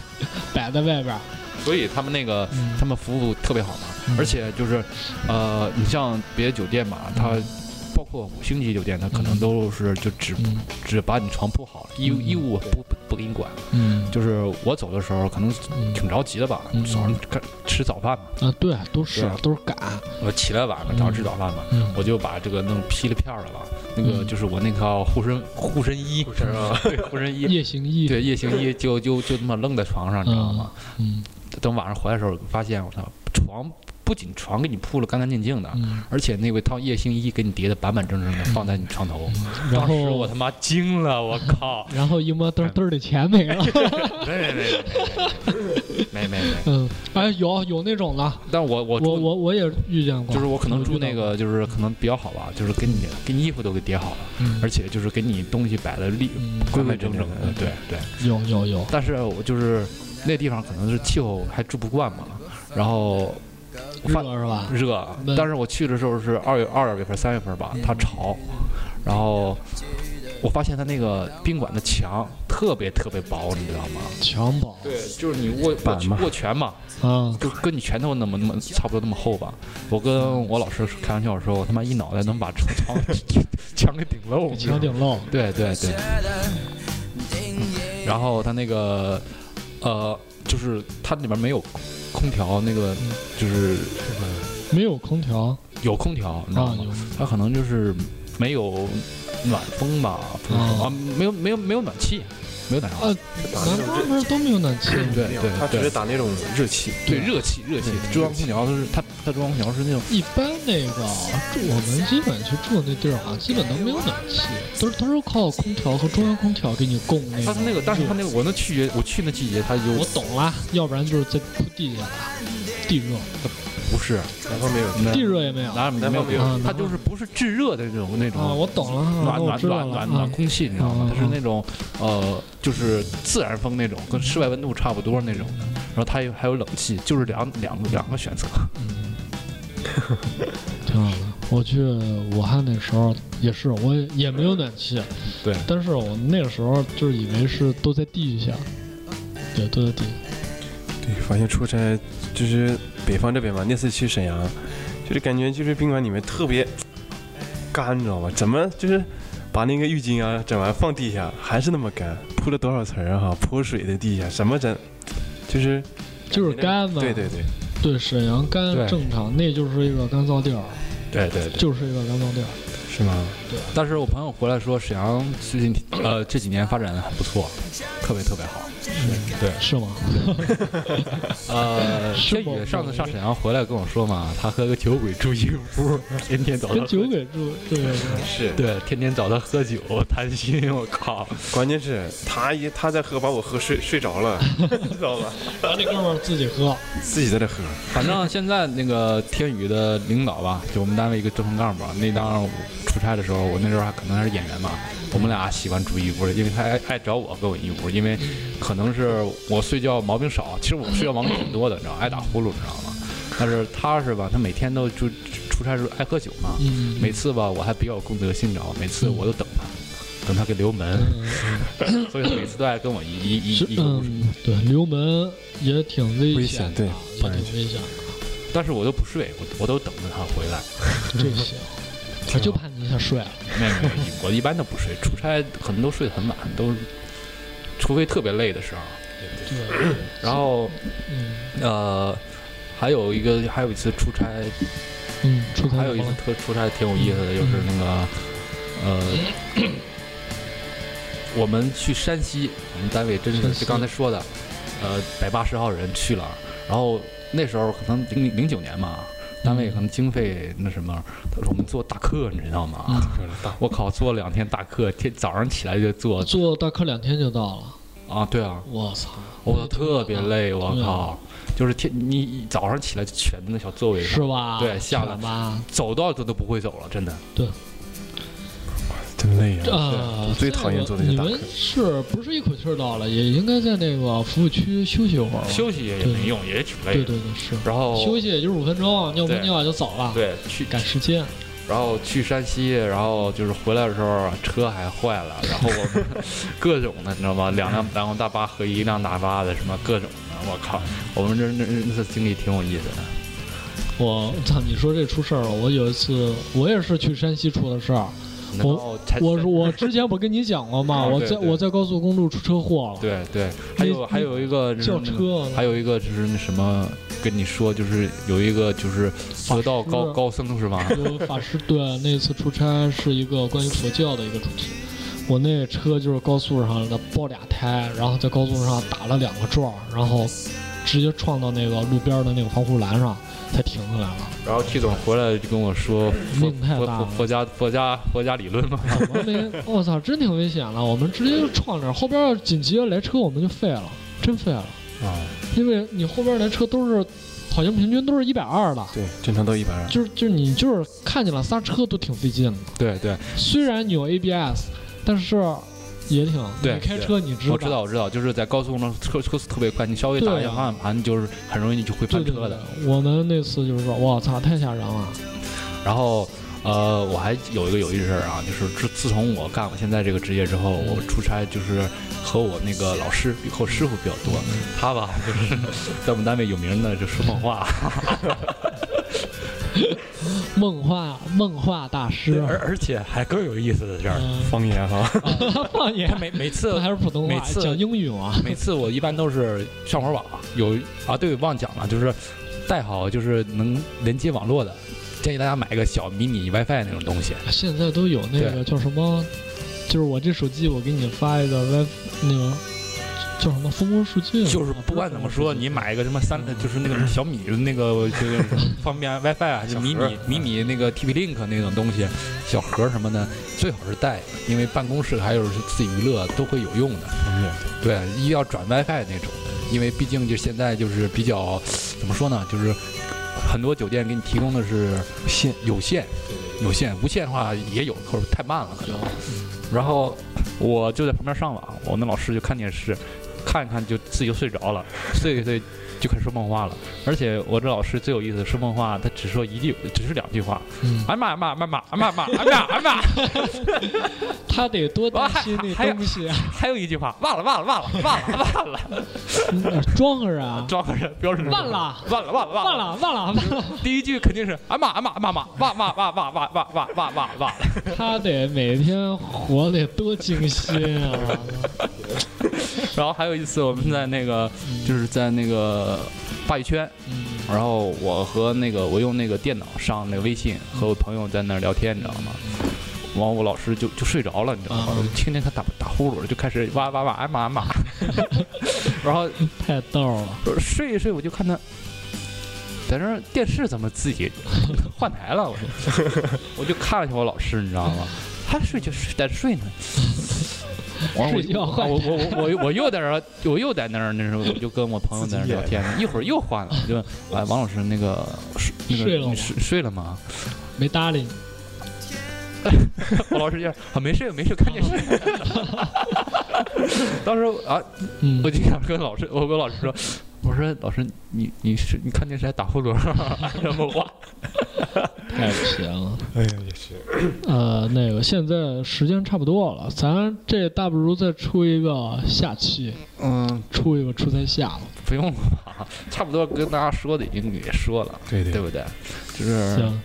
Speaker 1: 摆在外边儿，
Speaker 3: 所以他们那个
Speaker 1: 嗯
Speaker 3: 他们服务特别好嘛，
Speaker 1: 嗯
Speaker 3: 而且就是，呃，你像别的酒店嘛，它包括五星级酒店，它可能
Speaker 1: 嗯
Speaker 3: 都是就只
Speaker 1: 嗯
Speaker 3: 只把你床铺好，衣
Speaker 1: 嗯
Speaker 3: 衣物不不不给你管。
Speaker 1: 嗯
Speaker 3: 就是我走的时候，可能挺着急的吧
Speaker 1: 嗯，
Speaker 3: 早上该吃早饭嘛，
Speaker 1: 啊，对，都是
Speaker 3: 对啊
Speaker 1: 都是赶，
Speaker 3: 我起来晚了，早上吃早饭嘛，
Speaker 1: 嗯
Speaker 3: 我就把这个弄劈了片儿了吧，那个
Speaker 1: 嗯啊
Speaker 3: 就是我那套护身护身衣， 对护身衣。
Speaker 1: 夜行衣，
Speaker 3: 对夜行衣就就就那么扔在床上，你知道吗？
Speaker 1: 嗯
Speaker 3: 等晚上回来的时候，发现我操，床不仅床给你铺了干干净净的，
Speaker 1: 嗯，
Speaker 3: 而且那位套夜行衣给你叠的板板正正的，放在你床头。
Speaker 1: 嗯然
Speaker 3: 当时我
Speaker 1: 后
Speaker 3: 他妈惊了，我靠！
Speaker 1: 然后一摸兜儿兜儿里钱没 了，
Speaker 3: 没没没没没没没。
Speaker 1: 嗯，哎，有有那种的，
Speaker 3: 但我我
Speaker 1: 我
Speaker 3: 住
Speaker 1: 我我也遇见过，
Speaker 3: 就是我可能
Speaker 1: 我
Speaker 3: 住
Speaker 1: 遇到
Speaker 3: 那个就是可能比较好吧，就是给你给你衣服都给叠好了，
Speaker 1: 嗯
Speaker 3: 而且就是给你东西摆的立
Speaker 1: 嗯
Speaker 3: 规规整整的
Speaker 2: 嗯，
Speaker 3: 对对。
Speaker 1: 有有有，
Speaker 3: 但是我就是那地方可能是气候还住不惯嘛，然后我
Speaker 1: 热
Speaker 3: 发
Speaker 1: 是吧？
Speaker 3: 热
Speaker 1: 闷，
Speaker 3: 但是我去的时候是二月二月份、三月份吧，它
Speaker 1: 嗯
Speaker 3: 潮，然后我发现它那个宾馆的墙特别特别薄，你知道吗？
Speaker 1: 强暴
Speaker 3: 对，就是你握
Speaker 2: 板嘛
Speaker 3: 握握拳嘛，
Speaker 1: 啊，
Speaker 3: 就跟你拳头那么那么差不多那么厚吧。我跟我老师开玩笑说，我他妈一脑袋能把这 床墙给顶漏，你知道
Speaker 1: 强
Speaker 3: 吗
Speaker 1: 顶漏，
Speaker 3: 对对对。然后它那个呃，就是它里面没有空调，那个
Speaker 1: 嗯
Speaker 3: 就是
Speaker 1: 没有空调
Speaker 3: 有空调，你知道
Speaker 1: 啊，
Speaker 3: 吗？
Speaker 1: 有
Speaker 3: 它可能就是没有暖风吧，不是
Speaker 1: 哦
Speaker 3: 啊，没有没有没有暖气，没有暖
Speaker 1: 啊
Speaker 3: 气，
Speaker 1: 南方不是都没有暖气吗？
Speaker 3: 对
Speaker 2: 没有
Speaker 3: 对
Speaker 2: 他只
Speaker 3: 对
Speaker 2: 是打那种热气，
Speaker 1: 嗯
Speaker 3: 对热气热气，
Speaker 2: 对
Speaker 3: 中央空调都是它它中央空调是那种
Speaker 1: 一般那个住我们基本去住的那地儿好像基本都没有暖气，都是都是靠空调和中央空调给你供那个。
Speaker 3: 它是那个，但是它那个我那季节我去那季节它就
Speaker 1: 我懂啦，要不然就是在铺地下了，地热，
Speaker 3: 不是
Speaker 2: 南方没有。
Speaker 1: 地热也没有啊，
Speaker 3: 哪哪没有没
Speaker 1: 啊
Speaker 3: 有，它
Speaker 1: 哪
Speaker 3: 就是不是炙热的那种那种
Speaker 1: 我懂了，啊
Speaker 3: 暖
Speaker 1: 那我
Speaker 3: 暖
Speaker 1: 知道
Speaker 3: 暖
Speaker 1: 了
Speaker 3: 暖暖
Speaker 1: 啊。
Speaker 3: 空气，你知道吗
Speaker 1: 嗯？
Speaker 3: 它是那种呃，就是自然风那种，跟室外温度差不多那种的。然后它有还有冷气，就是两两个两个选择。
Speaker 1: 嗯，挺好的。我去武汉那时候也是，我也也没有暖气，
Speaker 3: 对，
Speaker 1: 但是我那个时候就是以为是都在地下，对，都在地下，
Speaker 2: 对，发现出差就是北方这边嘛，那次去沈阳，就是感觉就是宾馆里面特别干，你知道吗？怎么就是把那个浴巾啊整完放地下还是那么干，铺了多少层啊儿哈、泼水的地下，什么整，就是
Speaker 1: 就是干嘛。
Speaker 2: 对对对，
Speaker 1: 对，沈阳干
Speaker 3: 对
Speaker 1: 正常，那就是一个干燥地儿，
Speaker 3: 对对对。
Speaker 1: 就是一个干燥地儿。
Speaker 2: 是吗？
Speaker 3: 但是我朋友回来说，沈阳最近呃这几年发展还不错，特别特别好。对
Speaker 1: 是吗？
Speaker 3: 呃，
Speaker 1: 是
Speaker 3: 天
Speaker 1: 吗
Speaker 3: 宇上次上沈阳回来跟我说嘛，他和个酒鬼住一个屋，天天早
Speaker 1: 跟
Speaker 3: 上
Speaker 1: 酒鬼住，对对对，
Speaker 2: 是，
Speaker 3: 对，天天找他喝酒 谈心，我靠！
Speaker 2: 关键是他一他在喝，把我喝睡睡着 了，知道吧？
Speaker 1: 然后那哥们儿自己喝，
Speaker 2: 自己在这喝，
Speaker 3: 反正现在那个天宇的领导吧，就我们单位一个正风干部吧，那当时我出差的时候，我那时候还可能还是演员嘛，我们俩喜欢住一屋，因为他爱爱找我跟我一屋，因为可能是我睡觉毛病少，其实我睡觉毛病挺多的，你知道，爱打呼噜，你知道吗？但是他是吧，他每天都就出差时候爱 哎喝酒嘛，
Speaker 1: 嗯，
Speaker 3: 每次吧我还比较公德心，你知道，每次我都等他，等他给留门，所以他每次都爱跟我一
Speaker 1: 嗯
Speaker 3: 一
Speaker 1: 是
Speaker 3: 一一个屋睡。
Speaker 1: 嗯，对，留门也挺危
Speaker 2: 危
Speaker 1: 险的，
Speaker 2: 险对
Speaker 1: 也挺危险的，
Speaker 3: 但是我都不睡，我我都等着他回来。
Speaker 1: 这行。我就怕你一下睡了，
Speaker 3: 没有没有，我一般都不睡，出差可能都睡得很晚，都除非特别累的时候。
Speaker 1: 对，
Speaker 3: 然后
Speaker 1: 嗯
Speaker 3: 呃，还有一个还有一次出差，
Speaker 1: 嗯，出差
Speaker 3: 还有一次特出差挺有意思的，就是那个呃，我们去山西，我们单位真
Speaker 1: 山
Speaker 3: 是
Speaker 1: 西
Speaker 3: 就刚才说的，呃，百八十号人去了，然后那时候可能零零九年嘛。单
Speaker 1: 嗯
Speaker 3: 位可能经费那什么，我们做大课，你知道吗？
Speaker 1: 嗯
Speaker 3: 我靠，做了两天大课，天早上起来就做
Speaker 1: 坐大客两天就到了，
Speaker 3: 啊，对啊，
Speaker 1: 我操，
Speaker 3: 我特别累，我
Speaker 1: 对啊
Speaker 3: 靠，就是天你一早上起来就蜷在那小座位
Speaker 1: 是
Speaker 3: 上，
Speaker 1: 吧？
Speaker 3: 对下了
Speaker 1: 吧，
Speaker 3: 走道都都不会走了，真的。
Speaker 2: 真累
Speaker 3: 嗯
Speaker 2: 啊！
Speaker 1: 啊，
Speaker 2: 我最讨厌坐那些
Speaker 1: 你
Speaker 2: 大
Speaker 1: 们是不是一口气儿到了？也应该在那个服务区休息一会儿吧。
Speaker 3: 休息也
Speaker 1: 哦对
Speaker 3: 没用，也挺累
Speaker 1: 对
Speaker 3: 的。
Speaker 1: 对对，是
Speaker 3: 然后
Speaker 1: 休息也就是五分钟，尿不
Speaker 3: 对
Speaker 1: 尿就走了，
Speaker 3: 对去，
Speaker 1: 赶时间。
Speaker 3: 然后去山西，然后就是回来的时候车还坏 了，然后我们各种的，你知道吗？两辆两辆大巴和一辆大巴的什么各种的，我靠，我们这那那次经历挺有意思的。
Speaker 1: 我操！你说这出事儿了。我有一次，我也是去山西出的事儿。
Speaker 3: 难道才
Speaker 1: 我我之前不跟你讲过吗？
Speaker 3: 啊
Speaker 1: 我
Speaker 3: 哦 对
Speaker 1: 在
Speaker 3: 对
Speaker 1: 我在高速公路出车祸了，
Speaker 3: 对对，还有
Speaker 1: 那
Speaker 3: 还有一个就是
Speaker 1: 轿
Speaker 3: 那个
Speaker 1: 车
Speaker 3: 还有一个就是那什么，跟你说就是有一个就是佛道高
Speaker 1: 师
Speaker 3: 高僧是 吗？
Speaker 1: 有法师对那次出差是一个关于佛教的一个主题。我那车就是高速上的爆俩胎，然后在高速上打了两个转儿，然后直接撞到那个路边的那个防护栏上，才停下来了。
Speaker 3: 然后 T 总回来就跟我说佛
Speaker 1: 命太
Speaker 3: 佛
Speaker 1: 大
Speaker 3: 佛
Speaker 1: 了
Speaker 3: 佛家佛家佛家 理论嘛，
Speaker 1: 怎么没？啊哦我操，真挺危险了！我们直接就撞那儿，后边要紧急来车，我们就废了，真废了。
Speaker 2: 啊，
Speaker 1: 因为你后边来车都是，好像平均都是一百二的，
Speaker 2: 对，正常都一百啊二。
Speaker 1: 就是就是你就是看见了刹车都挺费劲的。
Speaker 3: 对对，
Speaker 1: 虽然你有 ABS，但是也挺。
Speaker 3: 对
Speaker 1: 你开车你知
Speaker 3: 我知道我知道，就是在高速公路上车车速特别快，你稍微
Speaker 1: 对
Speaker 3: 打一下方向盘，就是很容易就会
Speaker 1: 对
Speaker 3: 翻
Speaker 1: 对
Speaker 3: 车
Speaker 1: 对
Speaker 3: 的。，
Speaker 1: 我们那次就是说，我操，太吓人了。
Speaker 3: 然后呃，我还有一个有意思的事儿啊，就是自自从我干我现在这个职业之后，
Speaker 1: 嗯
Speaker 3: 我出差就是和我那个老师和我师傅比较多，
Speaker 1: 嗯
Speaker 3: 他吧就是 在我们单位有名的就说梦话，
Speaker 1: 梦话梦话大师，
Speaker 2: 啊
Speaker 3: 而而且还更有意思的事儿，
Speaker 1: 嗯，
Speaker 2: 方言哈，
Speaker 1: 他放
Speaker 3: 他
Speaker 1: 言，
Speaker 3: 每每次
Speaker 1: 他还是普通
Speaker 3: 每
Speaker 1: 话，
Speaker 3: 次
Speaker 1: 讲英语嘛。
Speaker 3: 每次我一般都是上会儿网，有啊，对，忘讲了，就是带好就是能连接网络的，建议大家买个小迷你 WiFi 那种东西。
Speaker 1: 现在都有那个叫什么，就是我这手机，我给你发一个 Wi 那个叫什么蜂窝数据，
Speaker 3: 就是不管怎么说，你买一个什么三，就是那个小米的那个就是方便 WiFi 啊，还是
Speaker 2: 小盒
Speaker 3: 迷你迷你那个 TP Link 那种东西，小盒什么的，最好是带，因为办公室还有是自己娱乐都会有用的。
Speaker 2: 方言
Speaker 3: 对，一要转 WiFi 那种的，因为毕竟就现在就是比较怎么说呢，就是很多酒店给你提供的是
Speaker 2: 线
Speaker 3: 有线，有线，无线的话也有，可是太慢了可能。然后我就在旁边上网，我们老师就看电视，看一看就自己就睡着了，睡一睡就开始说梦话了。而且我这老师最有意思，说梦话他只说一句，只是两句话，
Speaker 1: 嗯
Speaker 3: 哎妈呀妈呀妈呀妈呀妈呀妈呀妈呀妈呀，
Speaker 1: 他得多担心那
Speaker 3: 还还有
Speaker 1: 东西，啊
Speaker 3: 还有一句话，忘了忘了忘了忘了忘了，
Speaker 1: 嗯装个人，
Speaker 3: 装个人标准
Speaker 1: 忘了。
Speaker 3: 忘了忘
Speaker 1: 忘了
Speaker 3: 了
Speaker 1: 忘了忘了，
Speaker 3: 第一句肯定是啊骂啊骂骂骂骂骂骂骂骂骂骂骂骂骂，
Speaker 1: 他得每天活得多精心啊！
Speaker 3: 然后还有一次我们在那个就是在那个话语圈，
Speaker 1: 嗯
Speaker 3: 然后我和那个我用那个电脑上那个微信和我朋友在那儿聊天，你知道吗？然后我老师就就睡着了，你知道吗？
Speaker 1: 嗯
Speaker 3: 我就听见他打打呼噜了，就开始哇哇哇哎骂哎骂， 然后
Speaker 1: 太逗了，
Speaker 3: 睡一睡我就看他。在那儿电视怎么自己 换台了？我说，我就看了一下我老师，你知道吗？他睡就睡在这睡呢，完
Speaker 1: 睡
Speaker 3: 我
Speaker 1: 觉换台
Speaker 3: 我我我我我又在那儿，我又在那儿，那时候我就跟我朋友在那儿聊天，一会儿又换了，我就哎王老师那个睡那
Speaker 1: 睡了吗
Speaker 3: 个你睡睡了吗？
Speaker 1: 没搭理你。
Speaker 3: 我老师就啊没睡没睡看电 视。当时啊，
Speaker 1: 嗯
Speaker 3: 我，就想跟老师，我跟老师说，我说老师你你是你看电视还打呼噜， 哎什么话？
Speaker 1: 太不行了。
Speaker 2: 哎呀也是，
Speaker 1: 呃，那个现在时间差不多了，咱这大不如再出一个下期，
Speaker 3: 嗯，
Speaker 1: 出一个出差下了。
Speaker 3: 不用了吧，差不多跟大家说的已经也说了，
Speaker 2: 对对
Speaker 3: 对不对？就是
Speaker 1: 行，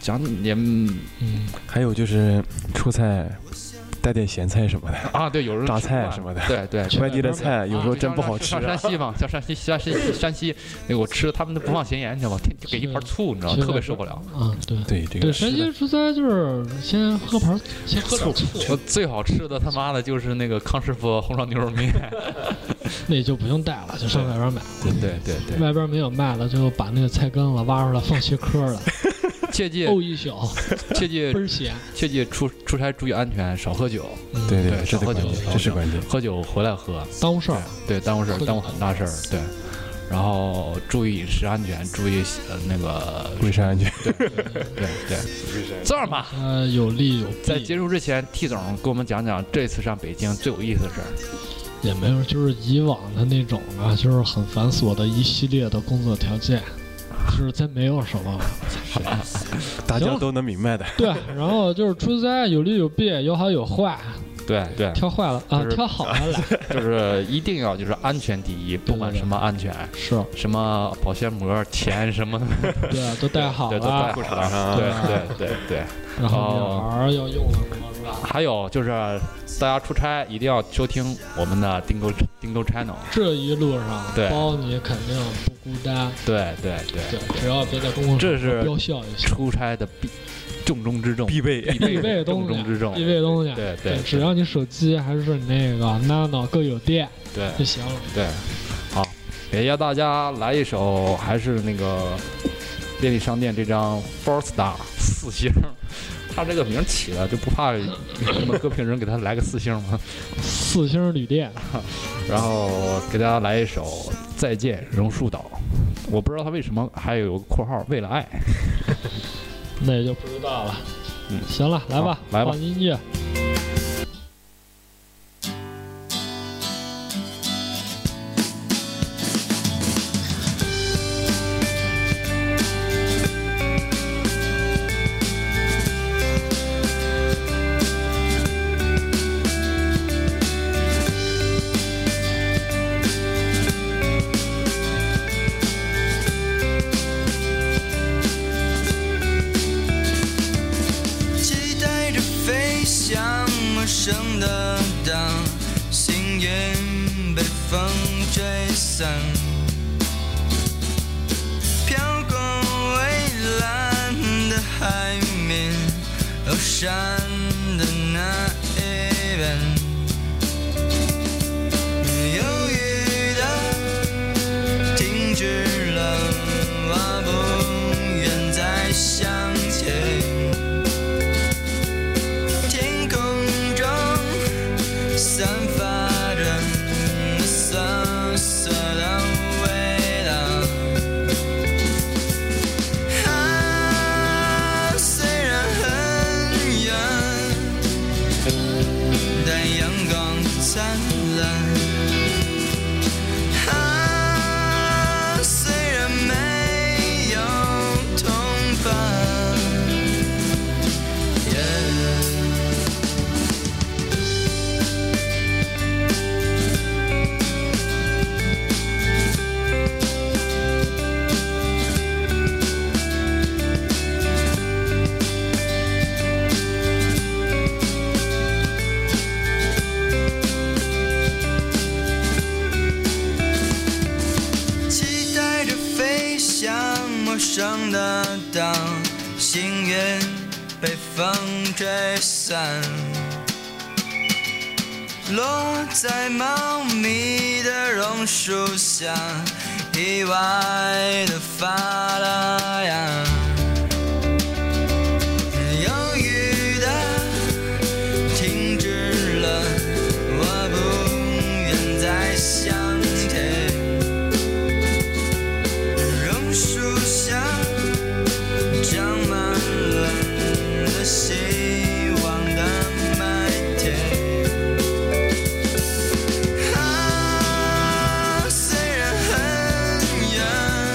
Speaker 3: 讲你们
Speaker 1: 嗯，
Speaker 2: 还有就是出菜带点咸菜什么的，
Speaker 3: 啊，对，有人
Speaker 2: 榨
Speaker 3: 吃
Speaker 2: 菜
Speaker 3: 饭
Speaker 2: 什么的
Speaker 3: 对对。
Speaker 1: 去
Speaker 2: 外地的
Speaker 1: 哪
Speaker 2: 菜 有时候真不好吃
Speaker 3: 上
Speaker 2: 啊
Speaker 3: 山。西嘛，像山西、山西、山西，那个我吃，他们都不放咸盐，你知道吗？天就给一盘醋，你知道吗？
Speaker 1: 是
Speaker 3: 特别受不了。
Speaker 1: 啊，对。
Speaker 2: 对这
Speaker 1: 对，
Speaker 2: 个
Speaker 1: 山西出差就是先喝盘儿，先喝点儿醋，
Speaker 3: 我最好吃的他妈的就是那个康师傅红烧牛肉面。
Speaker 1: 那就不用带了，就上外边儿买。
Speaker 3: 对对对对，
Speaker 1: 外边儿没有卖的，就把那个菜根子挖出来放切颗儿了，
Speaker 3: 切记
Speaker 1: 沤一宿，
Speaker 3: 切记
Speaker 1: 倍儿咸。
Speaker 3: 切记出出差注意安全，少喝酒，
Speaker 1: 嗯
Speaker 2: 对
Speaker 3: 对
Speaker 2: 对，这
Speaker 3: 少
Speaker 2: 是
Speaker 3: 喝
Speaker 2: 关
Speaker 3: 酒
Speaker 2: 键，
Speaker 3: 少
Speaker 2: 这是
Speaker 3: 喝
Speaker 2: 关键。
Speaker 3: 喝酒回来喝。
Speaker 1: 耽误事儿。
Speaker 3: 对，耽误事儿，耽误很大事儿，对。然后注意饮食安全，注意呃那个，
Speaker 2: 卫生安全，
Speaker 3: 对对。这样吧，
Speaker 1: 呃，有利有弊。
Speaker 3: 在结束之前，T 总给我们讲讲这次上北京最有意思的事儿。
Speaker 1: 也没有，就是以往的那种啊，就是很繁琐的一系列的工作条件，就是真没有什么 了。
Speaker 2: 大
Speaker 1: 行
Speaker 2: 家
Speaker 1: 了
Speaker 2: 都能明白的。
Speaker 1: 对，然后就是出差有利有弊，有好有坏。
Speaker 3: 对 对，
Speaker 1: 挑坏了啊，
Speaker 3: 就是
Speaker 1: 挑好 了来
Speaker 3: 就是一定要就是安全第一，不管
Speaker 1: 对对
Speaker 3: 什么安全，
Speaker 1: 是，
Speaker 3: 什么保鲜膜、钱什么的，
Speaker 1: 对，都带好
Speaker 3: 对，都带
Speaker 1: 了，
Speaker 2: 裤
Speaker 3: 好
Speaker 2: 衩上
Speaker 3: 了，
Speaker 2: 啊
Speaker 3: 对对对 对。
Speaker 1: 然后
Speaker 3: 哦
Speaker 1: 女孩儿要用了什么是吧？
Speaker 3: 还有就是大家出差一定要收听我们的订购订购 channel，
Speaker 1: 这一路上，
Speaker 3: 对
Speaker 1: 包你肯定不孤单，
Speaker 3: 对对对
Speaker 1: 对，，只要别在公共场
Speaker 3: 这
Speaker 1: 合
Speaker 3: 是
Speaker 1: 飙笑一下，
Speaker 3: 出差的必重中之重，
Speaker 2: 必备。
Speaker 3: 必备
Speaker 1: 必备的东
Speaker 3: 重
Speaker 1: 西啊
Speaker 3: 中之重，
Speaker 1: 必备东西。
Speaker 3: 对对对
Speaker 1: 只要你手机还是你那个 Nano 各有电
Speaker 3: 对
Speaker 1: 就行了。
Speaker 3: 对，好，也要大家来一首，还是那个便利商店这张 Four Star 四星，他这个名起的就不怕什么歌评人给他来个四星吗？
Speaker 1: 四星旅店，
Speaker 3: 然后给大家来一首《再见榕树岛》，我不知道他为什么还有个括号为了爱。
Speaker 1: 那也就不知道了。
Speaker 3: 嗯
Speaker 1: 行了，来吧
Speaker 3: 好，来吧
Speaker 1: 放音乐。
Speaker 4: 期待着飞向陌生的岛，幸运被风吹散，飘过蔚蓝的海面，欧山的那一边，忧郁的停止了，我不愿再向前。天空中散发着瑟瑟的味道。啊，虽然很远，但阳光灿烂。啊，虽然没有同伴。Yeah. 期待着飞向陌生的岛，幸运被风吹散，落在茂密的榕树下，意外的发了芽。忧郁的停止了，我不愿再向前。榕树下长满了希望的麦田。啊，虽然很远，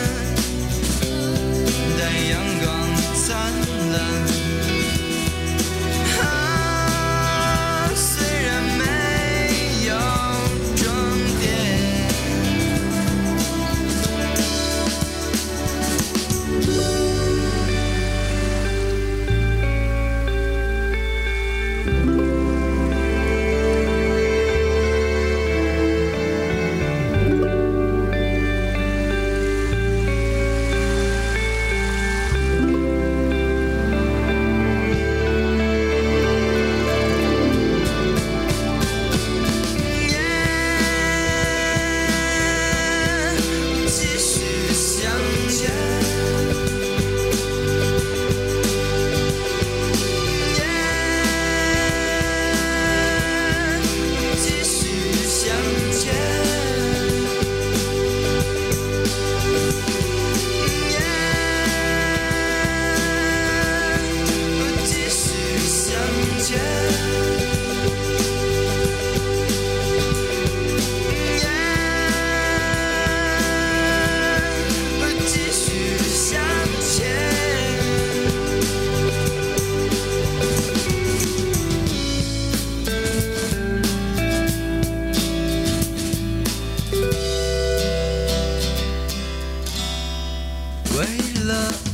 Speaker 4: 但阳啊了